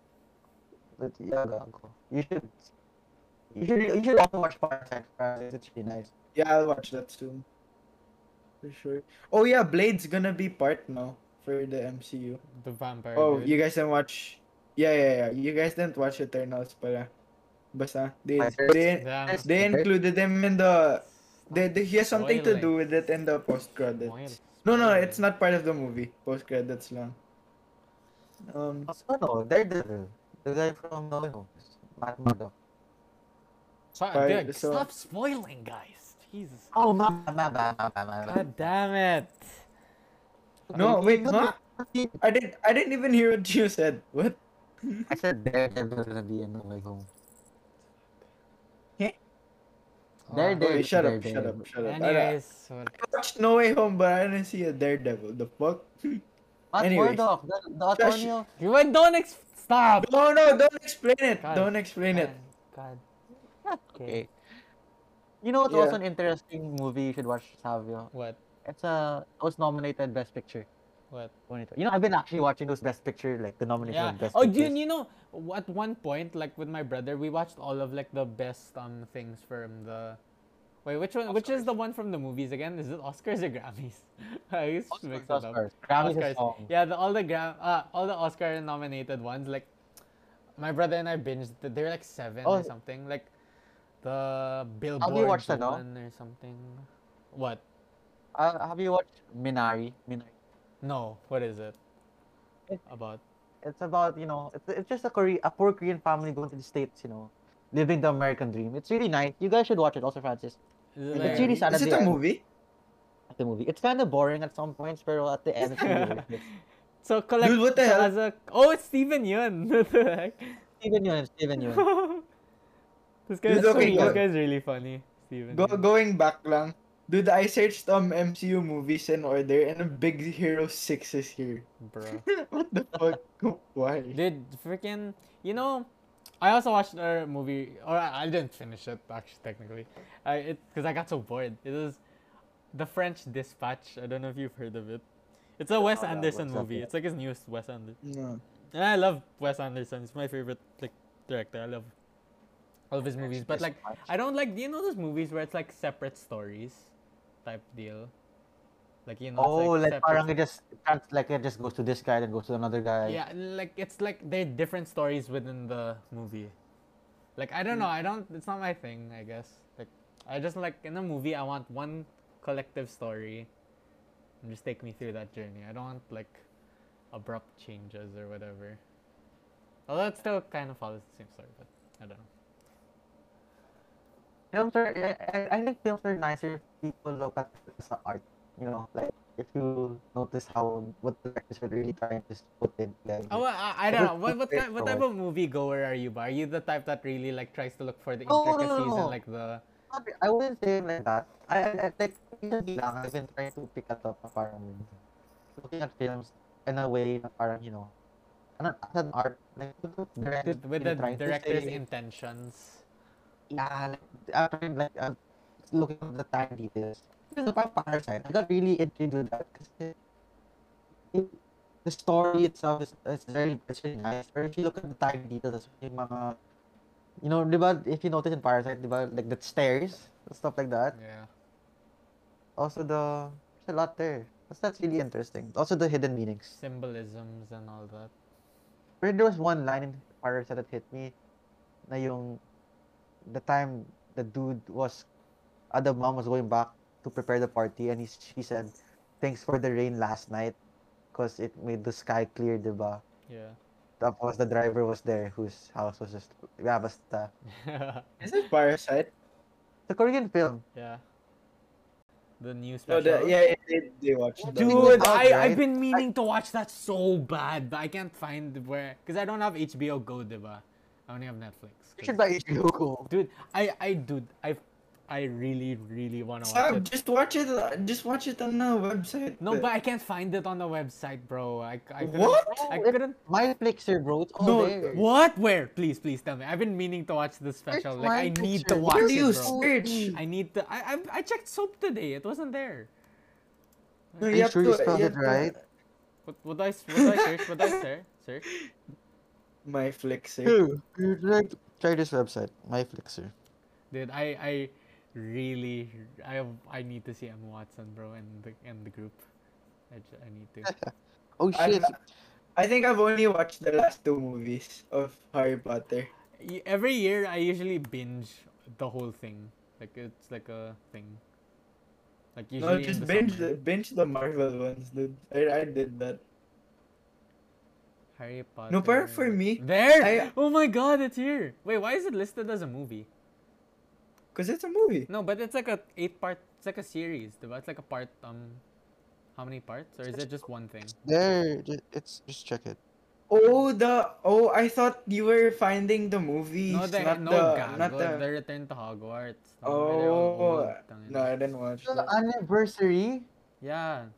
Speaker 4: But yeah, gago. You should. You should, you should also watch Parasite. Parasite. It should be nice.
Speaker 3: Yeah, I'll watch that soon. For sure. Oh yeah, Blade's gonna be part now for the MCU.
Speaker 2: The vampire.
Speaker 3: Oh,
Speaker 2: dude.
Speaker 3: you guys didn't watch. Yeah, yeah, yeah. You guys didn't watch Eternals, pala. Basta uh, they
Speaker 4: I heard-
Speaker 3: they,
Speaker 2: Damn.
Speaker 3: they included him in the. They, they, he has something to
Speaker 2: Spoiling.
Speaker 3: do with it in the post
Speaker 2: Moil.
Speaker 3: credits. No, no, it's not part of the movie. Post credits lang. Um,
Speaker 4: Also, no, Daredevil. The guy from No Way Home. Matt Murdock.
Speaker 2: So,
Speaker 3: Alright,
Speaker 2: dude,
Speaker 3: so-
Speaker 2: stop spoiling, guys. Jesus.
Speaker 4: Oh, ma, ma, ma, ma, ma, ma, ma.
Speaker 2: God damn it.
Speaker 3: no, wait, huh? I didn't. I didn't even hear what you said. What?
Speaker 4: I said Daredevil's gonna be in No Way Home.
Speaker 3: Eh?
Speaker 4: Oh. Daredevil.
Speaker 3: Okay, shut up, shut
Speaker 4: Daredevil.
Speaker 3: up, shut up. I, I
Speaker 2: Anyways, what-
Speaker 3: watched No Way Home, but I didn't see a Daredevil. The fuck?
Speaker 4: Matt
Speaker 3: Anyways.
Speaker 4: Murdock, the, the
Speaker 3: Shush.
Speaker 4: attorney of
Speaker 2: you went- don't ex- stop.
Speaker 3: No, no, don't explain it.
Speaker 2: God.
Speaker 3: Don't explain it.
Speaker 2: God.
Speaker 4: Okay. You know what's
Speaker 3: Yeah.
Speaker 4: also an interesting movie you should watch, Savio?
Speaker 2: What?
Speaker 4: It's a it was nominated Best Picture.
Speaker 2: What?
Speaker 4: Monitor. You know, I've been actually watching those Best Picture, like the nomination
Speaker 2: Yeah.
Speaker 4: of Best
Speaker 2: Oh,
Speaker 4: Pictures.
Speaker 2: dude, you know, at one point, like with my brother, we watched all of like the best um things from the. Wait, which one? Which is the one from the movies again? Is it Oscars or Grammys? I used to mix
Speaker 4: Oscars,
Speaker 2: it up.
Speaker 4: Oscars. Grammys
Speaker 2: Oscars.
Speaker 4: is song.
Speaker 2: Yeah, the, all the gram, uh, all the Oscar nominated ones. Like, my brother and I binged. th- They were like seven
Speaker 4: Oh.
Speaker 2: or something. Like, the Billboard
Speaker 4: watch that, no?
Speaker 2: one or something. What?
Speaker 4: Uh, have you watched Minari? Minari.
Speaker 2: No. What is it? About
Speaker 4: It's about you know, it's, it's just a Korea, a poor Korean family going to the states, you know, living the American dream. It's really nice. You guys should watch it, also Francis.
Speaker 2: is it
Speaker 4: It's
Speaker 2: like-
Speaker 4: really sad
Speaker 3: Is
Speaker 4: at
Speaker 3: it
Speaker 4: the
Speaker 3: a
Speaker 4: end.
Speaker 3: movie?
Speaker 4: At the movie, it's kind of boring at some points, but at the end, it's really worth it.
Speaker 2: So collect.
Speaker 3: Dude, what the
Speaker 2: so
Speaker 3: hell?
Speaker 2: As a, oh, it's Steven Yun. What the heck?
Speaker 4: Steven Yeun, Steven Yeun.
Speaker 2: this guy's
Speaker 3: Dude, okay,
Speaker 2: this
Speaker 3: go-
Speaker 2: guy's really funny. Steven.
Speaker 3: Go,
Speaker 2: Yeun.
Speaker 3: going back lang. Dude, I searched um MCU movies in order and Big Hero 6 is here.
Speaker 2: Bro.
Speaker 3: what the fuck? Why?
Speaker 2: Dude, freaking, you know, I also watched a movie, or I I didn't finish it actually technically, I it because I got so bored. It was the French Dispatch. I don't know if you've heard of it. It's a Wes
Speaker 4: no,
Speaker 2: Anderson
Speaker 4: what's up
Speaker 2: movie.
Speaker 4: with-
Speaker 2: It's like his newest Wes Anderson.
Speaker 3: No.
Speaker 2: And I love Wes Anderson. He's my favorite like director. I love all of his movies, but like I don't like. Do you know those movies where it's like separate stories, type deal? Like you know. it's,
Speaker 4: oh, like,
Speaker 2: separate
Speaker 4: parang it just trans- like it just goes to this guy, then goes to another guy.
Speaker 2: Yeah, like it's like they're different stories within the movie. Like I don't know,
Speaker 4: Hmm.
Speaker 2: I don't. It's not my thing, I guess. Like I just like in a movie, I want one collective story, and just take me through that journey. I don't want like abrupt changes or whatever. Although it still kind of follows the same story, but I don't know.
Speaker 4: films are. I- I, I think films are nicer. if People look at it as a art. You know, like if you notice how what the directors are really trying to put in. Like,
Speaker 2: Oh, well, I, I don't know. What what kind, what type of movie goer are you? Ba? Are you the type that really like tries to look for the
Speaker 4: No, Oh, no, no,
Speaker 2: intricacies
Speaker 4: no.
Speaker 2: and like the
Speaker 4: Sabi- I wouldn't say like that. I, I, I like recently lang, I've been trying to pick up a parang looking at films in a way na parang you know, an, as an art like directors
Speaker 2: with the director's intentions?
Speaker 4: yeah, like, after like uh, looking at the time details. Because about Parasite, I got really intrigued with that because it, the story itself is, is very it's very nice. But if you look at the time details, yung mga you know, di ba, if you notice in Parasite, di ba, like the stairs, stuff like that.
Speaker 2: Yeah.
Speaker 4: Also the there's a lot there. That's, that's really interesting. Also the hidden meanings.
Speaker 2: symbolisms and all that.
Speaker 4: But there was one line in Parasite that hit me na yung the time the dude was uh, the mom was going back to prepare the party and he, she said thanks for the rain last night because it made the sky clear diba
Speaker 2: Yeah.
Speaker 4: tapos the driver was there whose house was just yeah basta
Speaker 3: Is it Parasite?
Speaker 4: the Korean film
Speaker 2: yeah. The new
Speaker 3: No,
Speaker 2: special.
Speaker 3: the, yeah, yeah, they, they watched that.
Speaker 2: Dude,
Speaker 4: out,
Speaker 2: I,
Speaker 4: right?
Speaker 2: I've been meaning to watch that so bad, but I can't find where. Because I don't have HBO Go, diba? I only have Netflix.
Speaker 4: you
Speaker 2: 'cause-
Speaker 4: should buy HBO Go
Speaker 2: Dude, I, I, dude, I, I really, really want to watch
Speaker 3: Sab,
Speaker 2: it.
Speaker 3: just watch it. uh, Just watch it on the website.
Speaker 2: No, but I can't find it on the website, bro. I, I couldn't-
Speaker 3: What?
Speaker 2: I
Speaker 4: It's
Speaker 2: couldn't.
Speaker 4: my Flixer bro it's all
Speaker 3: No,
Speaker 4: there
Speaker 2: What? Where? Please, please tell me. I've been meaning to watch this special. Like, I
Speaker 4: my
Speaker 2: need to
Speaker 4: picture.
Speaker 2: watch
Speaker 3: Where
Speaker 2: it,
Speaker 3: do you
Speaker 2: bro.
Speaker 3: search?
Speaker 2: I need to. I, I, I checked soap today. It wasn't there.
Speaker 3: No,
Speaker 4: Are you sure you spelled
Speaker 3: you
Speaker 4: it right?
Speaker 3: To,
Speaker 2: What, what do I what do I search? What do I search? Search?
Speaker 3: My flexer.
Speaker 4: Dude, try, try this website, MyFlixer.
Speaker 2: Dude, I I really I I need to see Emma Watson, bro, and the and the group. I, ju- I need to.
Speaker 4: Oh
Speaker 3: I-
Speaker 4: shit.
Speaker 3: I think I've only watched the last two movies of Harry Potter.
Speaker 2: Y- Every year I usually binge the whole thing. Like it's like a thing. Like usually
Speaker 3: No,
Speaker 2: in
Speaker 3: just
Speaker 2: the
Speaker 3: binge
Speaker 2: summer.
Speaker 3: the, binge the Marvel ones, dude. I, I did that.
Speaker 2: Harry Potter.
Speaker 3: No, pero for me,
Speaker 2: There!
Speaker 3: I-
Speaker 2: Oh my god, it's here! Wait, why is it listed as a movie?
Speaker 3: Because it's a movie.
Speaker 2: No, but it's like a eight part. It's like a series, diba? It's like a part. Um, how many parts? Or is it just one thing?
Speaker 4: There, ju- it's just check it.
Speaker 3: Oh, the. Oh, I thought you were finding the movies.
Speaker 2: No, they
Speaker 3: not
Speaker 2: no
Speaker 3: the,
Speaker 2: gago.
Speaker 3: Not the...
Speaker 2: The Return to Hogwarts. Tang- they're all
Speaker 3: Oh.
Speaker 2: old, tangin.
Speaker 3: No, I didn't watch that.
Speaker 4: anniversary?
Speaker 2: Yeah,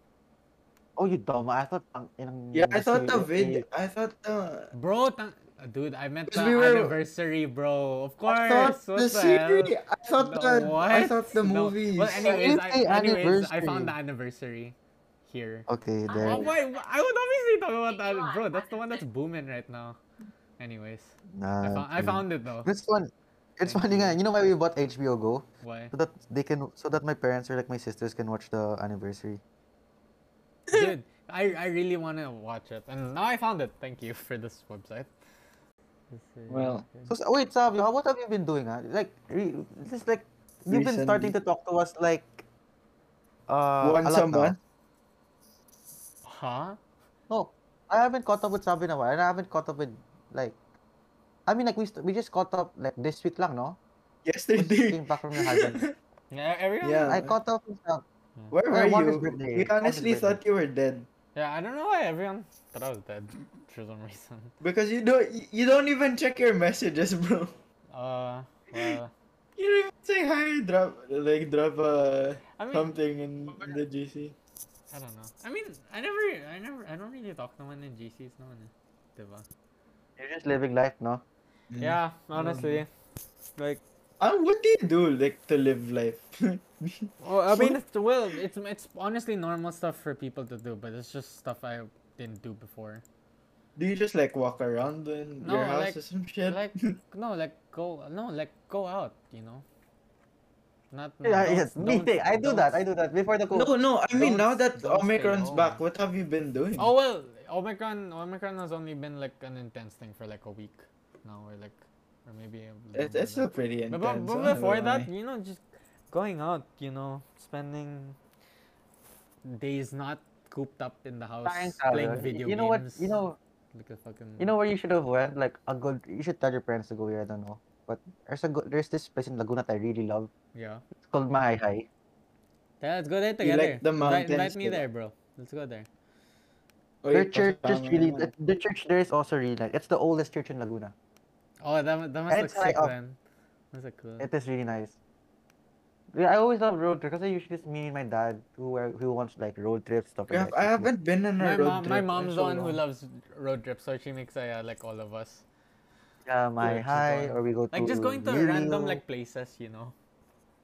Speaker 4: Oh, you dumb. I thought ang inang
Speaker 3: Yeah, I thought the
Speaker 4: nasa-
Speaker 3: vid. I thought the.
Speaker 2: bro. Tang- dude, I meant the
Speaker 3: Because we were-
Speaker 2: anniversary, bro. Of course.
Speaker 3: I thought
Speaker 2: what
Speaker 3: the
Speaker 2: hell?
Speaker 3: series. I thought
Speaker 2: No,
Speaker 3: the. I
Speaker 2: what?
Speaker 3: thought the
Speaker 2: No.
Speaker 3: movies.
Speaker 2: Well, anyways,
Speaker 4: didn't
Speaker 2: I,
Speaker 4: say
Speaker 2: anyways, I found
Speaker 4: anniversary.
Speaker 2: the anniversary here.
Speaker 4: Okay, there.
Speaker 2: Oh, wait, wh- I would obviously talk about that, bro. That's the one that's booming right now. Anyways,
Speaker 3: Uh,
Speaker 2: I found, I found it though.
Speaker 4: It's fun. It's
Speaker 2: Thank you.
Speaker 4: funny nga. You know why we bought HBO Go?
Speaker 2: Why,
Speaker 4: So that they can, so that my parents or like my sisters can watch the anniversary.
Speaker 2: dude? I, I really want to watch it, and now I found it. Thank you for this website.
Speaker 3: Well,
Speaker 4: So s- wait, Savio, how- what have you been doing? Ah, like re, this like you've been starting to
Speaker 3: Recently.
Speaker 4: talk to us like uh,
Speaker 3: Once
Speaker 4: lot
Speaker 3: a
Speaker 4: now.
Speaker 3: month?
Speaker 2: huh?
Speaker 4: No, I haven't caught up with Sabi in a while, and I haven't caught up with like. I mean, like we st- we just caught up like this week lang, no?
Speaker 3: Yesterday.
Speaker 4: Came back from your husband.
Speaker 2: Yeah, everyone.
Speaker 3: Yeah.
Speaker 4: I caught up with uh,
Speaker 3: Where were
Speaker 4: I want his
Speaker 3: you?
Speaker 4: birthday.
Speaker 3: We
Speaker 4: I want his
Speaker 3: honestly
Speaker 4: birthday.
Speaker 3: thought you were dead
Speaker 2: Yeah, I don't know why everyone thought I was dead for some reason.
Speaker 3: because you don't you- you don't even check your messages, bro.
Speaker 2: Uh, well,
Speaker 3: You don't even say hi, drop like drop uh,
Speaker 2: I mean,
Speaker 3: something in the GC.
Speaker 2: I don't know. I mean, I never, I never, I don't really talk to no one in GCs, no one, eh, diba?
Speaker 4: You're just living life, no?
Speaker 3: Mm-hmm.
Speaker 2: Yeah, honestly, like.
Speaker 3: Um, what do you do like to live life?
Speaker 2: Well, I
Speaker 3: So-
Speaker 2: mean, it's, well, it's it's honestly normal stuff for people to do, but it's just stuff I didn't do before.
Speaker 3: do you just like walk around in
Speaker 2: No,
Speaker 3: your house
Speaker 2: like-
Speaker 3: or some shit?
Speaker 2: Like no, like go no, like go out, you know. Not
Speaker 4: Yeah,
Speaker 2: don't-
Speaker 4: yes, me.
Speaker 2: don't-
Speaker 4: too. I do
Speaker 2: don't-
Speaker 4: that. I do that before the
Speaker 3: no,
Speaker 4: COVID.
Speaker 3: no. I mean,
Speaker 2: Don't-
Speaker 3: now that
Speaker 2: don't stay
Speaker 3: Omicron's
Speaker 2: home.
Speaker 3: back, what have you been doing?
Speaker 2: Oh well, Omicron Omicron has only been like an intense thing for like a week now, or like, or maybe. a little
Speaker 3: it's,
Speaker 2: more
Speaker 3: it's
Speaker 2: than-
Speaker 3: still pretty
Speaker 2: But,
Speaker 3: intense.
Speaker 2: but,
Speaker 3: I
Speaker 2: but
Speaker 3: don't know
Speaker 2: before that,
Speaker 3: why.
Speaker 2: you know, just going out, you know, spending days not cooped up in the house,
Speaker 4: Thanks,
Speaker 2: playing
Speaker 4: Savio.
Speaker 2: video
Speaker 4: you know what?
Speaker 2: games.
Speaker 4: You know.
Speaker 2: like a fucking.
Speaker 4: You know where you should have went? Like a good you should tell your parents to go here, I don't know. But there's a good there's this place in Laguna that I really love.
Speaker 2: Yeah.
Speaker 4: It's called Mahayhay.
Speaker 2: Yeah, let's go there
Speaker 3: You
Speaker 2: together.
Speaker 3: like the
Speaker 2: invite, invite
Speaker 3: mountains,
Speaker 2: me
Speaker 3: kid.
Speaker 2: there, bro. Let's go there.
Speaker 3: Oh,
Speaker 4: Their
Speaker 3: you
Speaker 4: church is
Speaker 3: pasang
Speaker 4: really
Speaker 3: naman.
Speaker 4: the, the church there is also really nice. It's the oldest church in Laguna.
Speaker 2: Oh, that, mu- that must look
Speaker 4: it's like
Speaker 2: sick,
Speaker 4: a-
Speaker 2: then. That's like cool.
Speaker 4: It is really nice. Yeah, I always love road trips because I usually just me and my dad who are, who wants like road trips stuff.
Speaker 3: Crap,
Speaker 4: like
Speaker 3: I
Speaker 4: that.
Speaker 3: haven't been on a
Speaker 2: My
Speaker 3: road
Speaker 2: mom,
Speaker 3: trip.
Speaker 2: my
Speaker 3: in
Speaker 2: mom's
Speaker 3: so
Speaker 2: the one who
Speaker 3: long.
Speaker 2: loves road trips, so she makes uh, like all of us.
Speaker 4: Yeah, my
Speaker 2: it's
Speaker 4: high
Speaker 2: fun.
Speaker 4: or we go to
Speaker 2: Like just going to
Speaker 4: Lirio.
Speaker 2: random like places, you know.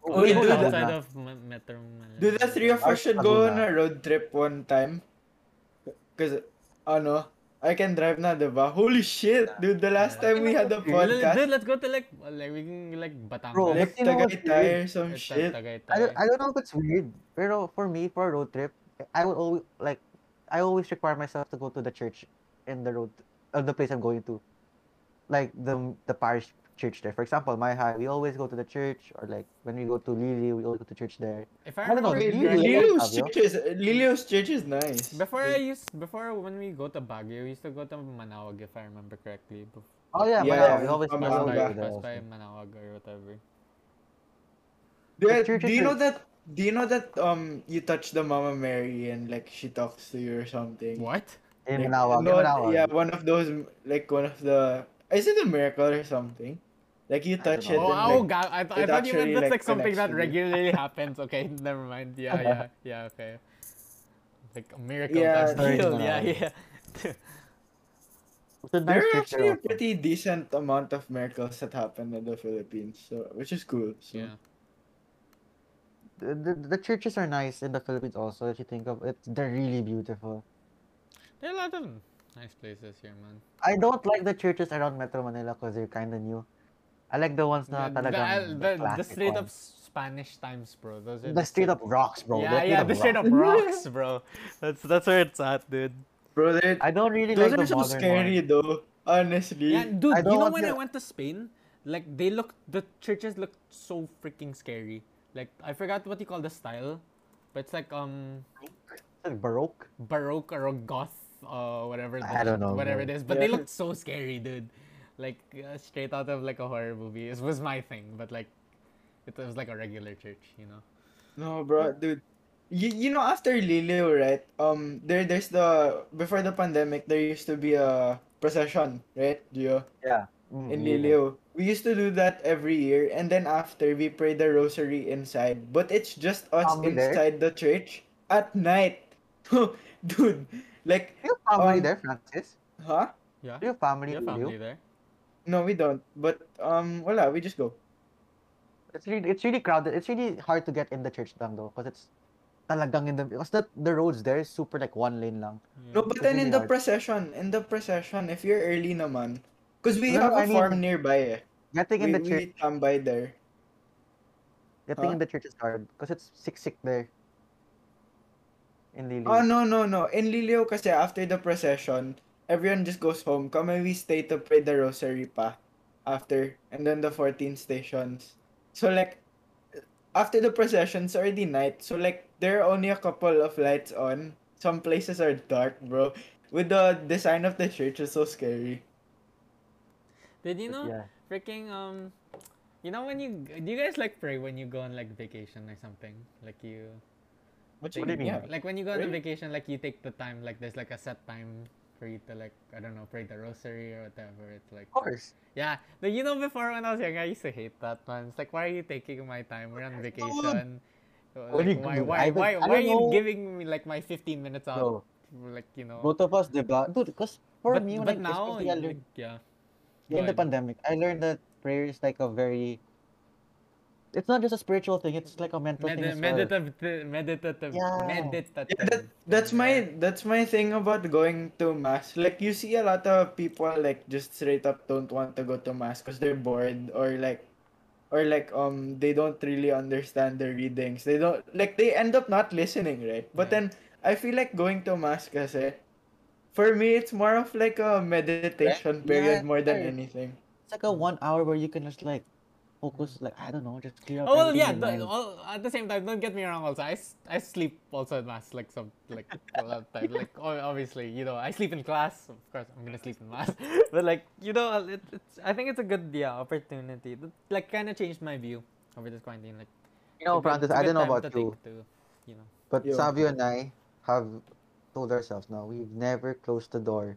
Speaker 4: Oh,
Speaker 3: we
Speaker 2: Like,
Speaker 3: do that.
Speaker 2: outside of Ma- Metro uh, Manila.
Speaker 3: Do the three of us should go on a road trip one time? Cause, ano, I can drive na, diba? Holy shit, dude, the last
Speaker 2: Yeah.
Speaker 3: time we had a
Speaker 2: Dude, let-
Speaker 3: podcast,
Speaker 2: dude, let's go to like like we can like Batangas.
Speaker 4: Bro,
Speaker 3: like,
Speaker 4: But you know what's
Speaker 3: tagay tayo or some
Speaker 2: Ta-
Speaker 3: shit.
Speaker 4: I
Speaker 2: Tagaytay.
Speaker 4: don't, I don't know if it's weird, pero for me, for a road trip, I would always like, I always require myself to go to the church in the road, uh, the place I'm going to, like the the parish church there. For example, my high, we always go to the church, or like when we go to Lili, we always go to church there.
Speaker 2: If I
Speaker 4: I don't know,
Speaker 2: remember,
Speaker 3: Wait,
Speaker 4: Lilo,
Speaker 3: Lilio's
Speaker 4: Fabio.
Speaker 3: church is, Lilio's church is nice.
Speaker 2: before I used before when we go to Baguio, we used to go to Manawag if I remember correctly. Before,
Speaker 4: Oh yeah,
Speaker 3: Yeah,
Speaker 4: yeah, we always
Speaker 3: from
Speaker 4: we
Speaker 2: pass
Speaker 4: always
Speaker 2: by,
Speaker 3: Manawag.
Speaker 4: go there.
Speaker 2: pass by
Speaker 4: also.
Speaker 2: Manawag or whatever.
Speaker 3: Do,
Speaker 4: The church
Speaker 3: do
Speaker 4: is
Speaker 3: you know
Speaker 4: nice.
Speaker 3: that, do you know that, um, you touch the Mama Mary and, like, she talks to you or something?
Speaker 2: What?
Speaker 4: In
Speaker 3: Like,
Speaker 4: Manawag, in
Speaker 3: no,
Speaker 4: Manawag.
Speaker 3: Yeah, one of those, like, one of the, is it a miracle or something? Like, you touch
Speaker 4: don't
Speaker 3: it
Speaker 2: Oh,
Speaker 4: know.
Speaker 3: and,
Speaker 2: oh
Speaker 3: like,
Speaker 2: god, I, th- I
Speaker 3: it
Speaker 2: thought you meant
Speaker 3: actually,
Speaker 2: that's
Speaker 3: like,
Speaker 2: like something
Speaker 3: connects
Speaker 2: that
Speaker 3: to you.
Speaker 2: regularly happens. Okay, never mind. Yeah,
Speaker 4: Uh-huh.
Speaker 2: yeah, yeah, okay. Like a miracle
Speaker 3: Yeah,
Speaker 2: that's
Speaker 4: sorry,
Speaker 2: healed.
Speaker 4: no.
Speaker 2: Yeah, yeah.
Speaker 4: It's a nice
Speaker 3: There are
Speaker 4: church
Speaker 3: actually a
Speaker 4: also.
Speaker 3: pretty decent amount of miracles that happen in the Philippines, so which is cool. So.
Speaker 2: yeah.
Speaker 4: The, the, the churches are nice in the Philippines also. If you think of it, they're really beautiful.
Speaker 2: There are a lot of nice places here, man.
Speaker 4: I don't like the churches around Metro Manila because they're kind of new. I like the ones
Speaker 2: The- the-
Speaker 4: na Ah, talagang
Speaker 2: the, the,
Speaker 4: classic
Speaker 2: straight up
Speaker 4: ones.
Speaker 2: Spanish times, bro. Those are
Speaker 4: the straight up rocks, bro.
Speaker 2: Yeah, yeah, the straight up rocks, bro. That's that's where it's at, dude.
Speaker 3: Bro, they're,
Speaker 4: I don't really
Speaker 3: those
Speaker 4: like
Speaker 3: are
Speaker 4: the
Speaker 3: so
Speaker 4: modern
Speaker 3: scary
Speaker 4: ones.
Speaker 3: though. Honestly.
Speaker 2: Yeah, dude.
Speaker 4: I
Speaker 2: You
Speaker 4: don't
Speaker 2: know
Speaker 4: want
Speaker 2: when I
Speaker 4: to-
Speaker 2: went to Spain, like they looked the churches looked so freaking scary. Like I forgot what you call the style, but it's like um
Speaker 4: Is it Baroque.
Speaker 2: baroque or goth or whatever. the-
Speaker 4: I don't know,
Speaker 2: Whatever
Speaker 4: bro.
Speaker 2: it is, but they
Speaker 3: Yeah.
Speaker 2: looked so scary, dude. Like uh, straight out of like a horror movie. It was my thing, but like it was like a regular church, you know.
Speaker 3: No, bro, dude. You, you know after Lilo, right? Um, there there's the before the pandemic there used to be a procession, right? Gio?
Speaker 4: Mm,
Speaker 3: in
Speaker 4: yeah.
Speaker 3: Lilo. We used to do that every year, and then after we pray the rosary inside. But it's just us
Speaker 4: Family there?
Speaker 3: inside the church at night, dude. Like,
Speaker 4: Do you have family
Speaker 3: Um,
Speaker 4: there, Francis?
Speaker 3: huh?
Speaker 2: Yeah.
Speaker 4: Do you have family
Speaker 2: Your
Speaker 4: in Leo?
Speaker 2: family there?
Speaker 3: No, we don't. But um, wala, we just go.
Speaker 4: It's really, it's really crowded. It's really hard to get in the church lang though because it's talagang in the because the, the roads there is super like one lane lang.
Speaker 2: Yeah.
Speaker 3: No, but
Speaker 4: It's
Speaker 3: then in the
Speaker 4: really hard.
Speaker 3: procession, in the procession, if you're early naman, cause we have
Speaker 4: No, no,
Speaker 3: a
Speaker 4: I mean-
Speaker 3: farm nearby. Eh.
Speaker 4: Getting in
Speaker 3: We,
Speaker 4: the church,
Speaker 3: we tambay there.
Speaker 4: getting in
Speaker 3: huh?
Speaker 4: the church is hard because it's sick sick there. In Lilo.
Speaker 3: Oh no no no! In Liliw kasi after the procession, everyone just goes home. Kami we stay to pray the rosary pa after and then the 14 stations. So like after the procession, it's already night. So like there are only a couple of lights on. Some places are dark, bro. With the design of the church is so scary.
Speaker 2: Did you know?
Speaker 4: Yeah.
Speaker 2: freaking um you know when you do you guys like pray when you go on like vacation or something like you
Speaker 3: What
Speaker 2: take-
Speaker 4: do you mean?
Speaker 3: Yeah.
Speaker 2: like when you go on a
Speaker 3: Really?
Speaker 2: vacation like you take the time like there's like a set time for you to like i don't know pray the rosary or whatever it's like
Speaker 4: Of course.
Speaker 2: yeah like you know before when i was young i used to hate that one it's like why are you taking my time we're on vacation Uh,
Speaker 4: What do
Speaker 2: like,
Speaker 4: you
Speaker 2: why
Speaker 4: mean?
Speaker 2: why
Speaker 4: I don't-
Speaker 2: why,
Speaker 4: I
Speaker 2: why are
Speaker 4: don't
Speaker 2: you
Speaker 4: know.
Speaker 2: giving me like my 15 minutes out
Speaker 4: No.
Speaker 2: like you know
Speaker 4: Both of us, diba? Dude, because for
Speaker 2: but,
Speaker 4: me,
Speaker 2: but
Speaker 4: like,
Speaker 2: now
Speaker 4: especially I learned,
Speaker 2: like, yeah go
Speaker 4: in the
Speaker 2: ahead.
Speaker 4: pandemic, I learned that prayer is like a very. It's not just a spiritual thing; it's like a mental
Speaker 2: Medi-
Speaker 4: thing as well.
Speaker 2: meditative, meditative,
Speaker 4: Yeah.
Speaker 2: meditative.
Speaker 3: Yeah, that, that's my that's my thing about going to mass. Like you see a lot of people like just straight up don't want to go to mass because they're bored or like or like um they don't really understand their readings. They don't like they end up not listening, right? But
Speaker 2: Yeah.
Speaker 3: then I feel like going to mass kasi for me it's more of like a meditation
Speaker 4: Yeah,
Speaker 3: period more than
Speaker 4: sure.
Speaker 3: anything.
Speaker 4: It's like a one hour where you can just like focus, like I don't know, just clear up.
Speaker 2: Oh well,
Speaker 4: everything
Speaker 2: yeah.
Speaker 4: in
Speaker 2: The,
Speaker 4: your mind.
Speaker 2: all, at the same time, don't get me wrong. Also, I, s- I sleep also at mass like some like a lot of time. Like o- obviously, you know, I sleep in class. Of course, I'm gonna sleep in mass. but like you know, it, it's I think it's a good yeah opportunity. That, like kind of changed my view over this quarantine. Like
Speaker 4: You know,
Speaker 2: it's a good-
Speaker 4: Francis,
Speaker 2: it's a
Speaker 4: I
Speaker 2: good
Speaker 4: don't know
Speaker 2: time to
Speaker 4: about you,
Speaker 2: think to, you know,
Speaker 4: but
Speaker 3: Yo.
Speaker 4: Savio and I have told ourselves now we've never closed the door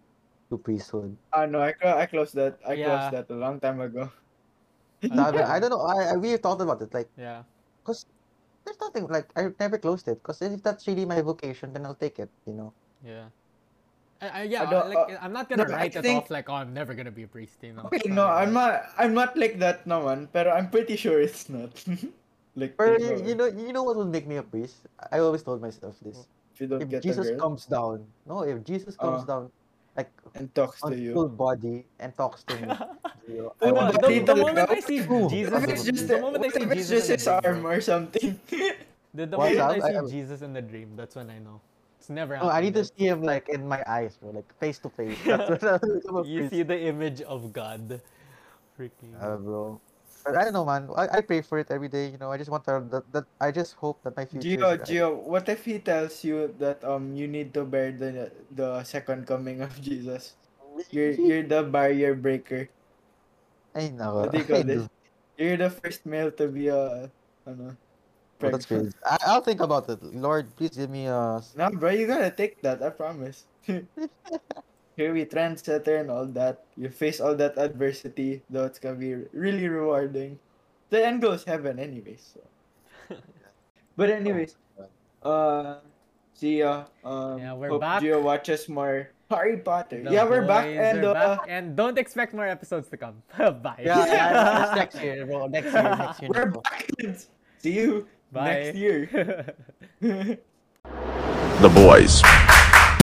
Speaker 4: to priesthood.
Speaker 3: Ah no, I clo- I closed that I
Speaker 2: Yeah.
Speaker 3: closed that a long time ago.
Speaker 4: Savio, I don't know. I, I we've talked about it, like
Speaker 2: yeah.
Speaker 4: because there's nothing like I've never closed it because if that's really my vocation, then I'll take it. You know.
Speaker 2: Yeah. I, I, yeah,
Speaker 3: I don't-
Speaker 2: like, I'm not gonna
Speaker 3: no, I
Speaker 2: write it
Speaker 3: think-
Speaker 2: off like, oh, I'm never gonna be a priest, you know.
Speaker 3: Okay,
Speaker 2: Something
Speaker 3: no,
Speaker 2: like
Speaker 3: I'm
Speaker 2: that.
Speaker 3: not I'm not like that naman, pero I'm pretty sure it's not. like
Speaker 4: Or
Speaker 3: you know,
Speaker 4: you know, you know what would make me a priest? I always told myself this.
Speaker 3: if you don't
Speaker 4: If
Speaker 3: get
Speaker 4: Jesus
Speaker 3: a girl
Speaker 4: comes down, no, if Jesus comes
Speaker 3: Uh,
Speaker 4: down, like
Speaker 3: and talks
Speaker 4: on
Speaker 3: to you.
Speaker 4: full body and talks to me, you know,
Speaker 3: Oh,
Speaker 4: I
Speaker 2: No,
Speaker 4: want
Speaker 2: the,
Speaker 3: but
Speaker 4: to
Speaker 3: they
Speaker 4: be-
Speaker 2: the
Speaker 3: don't
Speaker 2: moment
Speaker 3: know.
Speaker 2: I see
Speaker 4: Ooh,
Speaker 2: Jesus,
Speaker 3: What
Speaker 4: that's
Speaker 3: if
Speaker 4: a
Speaker 3: it's
Speaker 4: good
Speaker 3: just
Speaker 2: the
Speaker 3: a-
Speaker 2: moment I
Speaker 3: what
Speaker 2: see
Speaker 3: if it's
Speaker 2: Jesus
Speaker 3: just
Speaker 2: in
Speaker 3: his
Speaker 2: the dream,
Speaker 3: arm or something?
Speaker 2: the, the
Speaker 4: What's
Speaker 2: moment
Speaker 4: up?
Speaker 2: I
Speaker 4: I-
Speaker 2: see
Speaker 4: I-
Speaker 2: Jesus in the dream, that's when I know. It's never.
Speaker 4: No, I need to
Speaker 2: happened
Speaker 4: see him like in my eyes, bro, like face to face. That's what I'm become a
Speaker 2: yet. You
Speaker 4: priest.
Speaker 2: see the image of God, freaking.
Speaker 4: Uh, bro. But I don't know, man. I, I pray for it every day. You know, I just want to that, that I just hope that my future.
Speaker 3: Gio,
Speaker 4: is right.
Speaker 3: Gio, what if he tells you that um you need to bear the the second coming of Jesus? You're you're the barrier breaker.
Speaker 4: Ay,
Speaker 3: What
Speaker 4: nako.
Speaker 3: do you
Speaker 4: I
Speaker 3: call
Speaker 4: do.
Speaker 3: this? You're the first male to be a ano.
Speaker 4: Oh, that's
Speaker 3: pregnant.
Speaker 4: crazy. I, I'll think about it. Lord, please give me a.
Speaker 3: Nah, bro, you gotta take that. I promise. Here we trendsetter and all that. You face all that adversity, though it's gonna be really rewarding. The end goes heaven, anyways. So. but anyways, uh, see ya. Um,
Speaker 2: Yeah, we're
Speaker 3: hope
Speaker 2: back.
Speaker 3: Gio watches more Harry Potter.
Speaker 2: The
Speaker 3: yeah, we're back
Speaker 2: boys
Speaker 3: and
Speaker 2: are
Speaker 3: uh,
Speaker 2: back, and don't expect more episodes to come. Bye.
Speaker 4: Yeah, yeah, it's next year, bro. Next year, next year.
Speaker 3: we're
Speaker 4: bro.
Speaker 3: back. see you
Speaker 2: Bye.
Speaker 3: next year.
Speaker 1: The boys.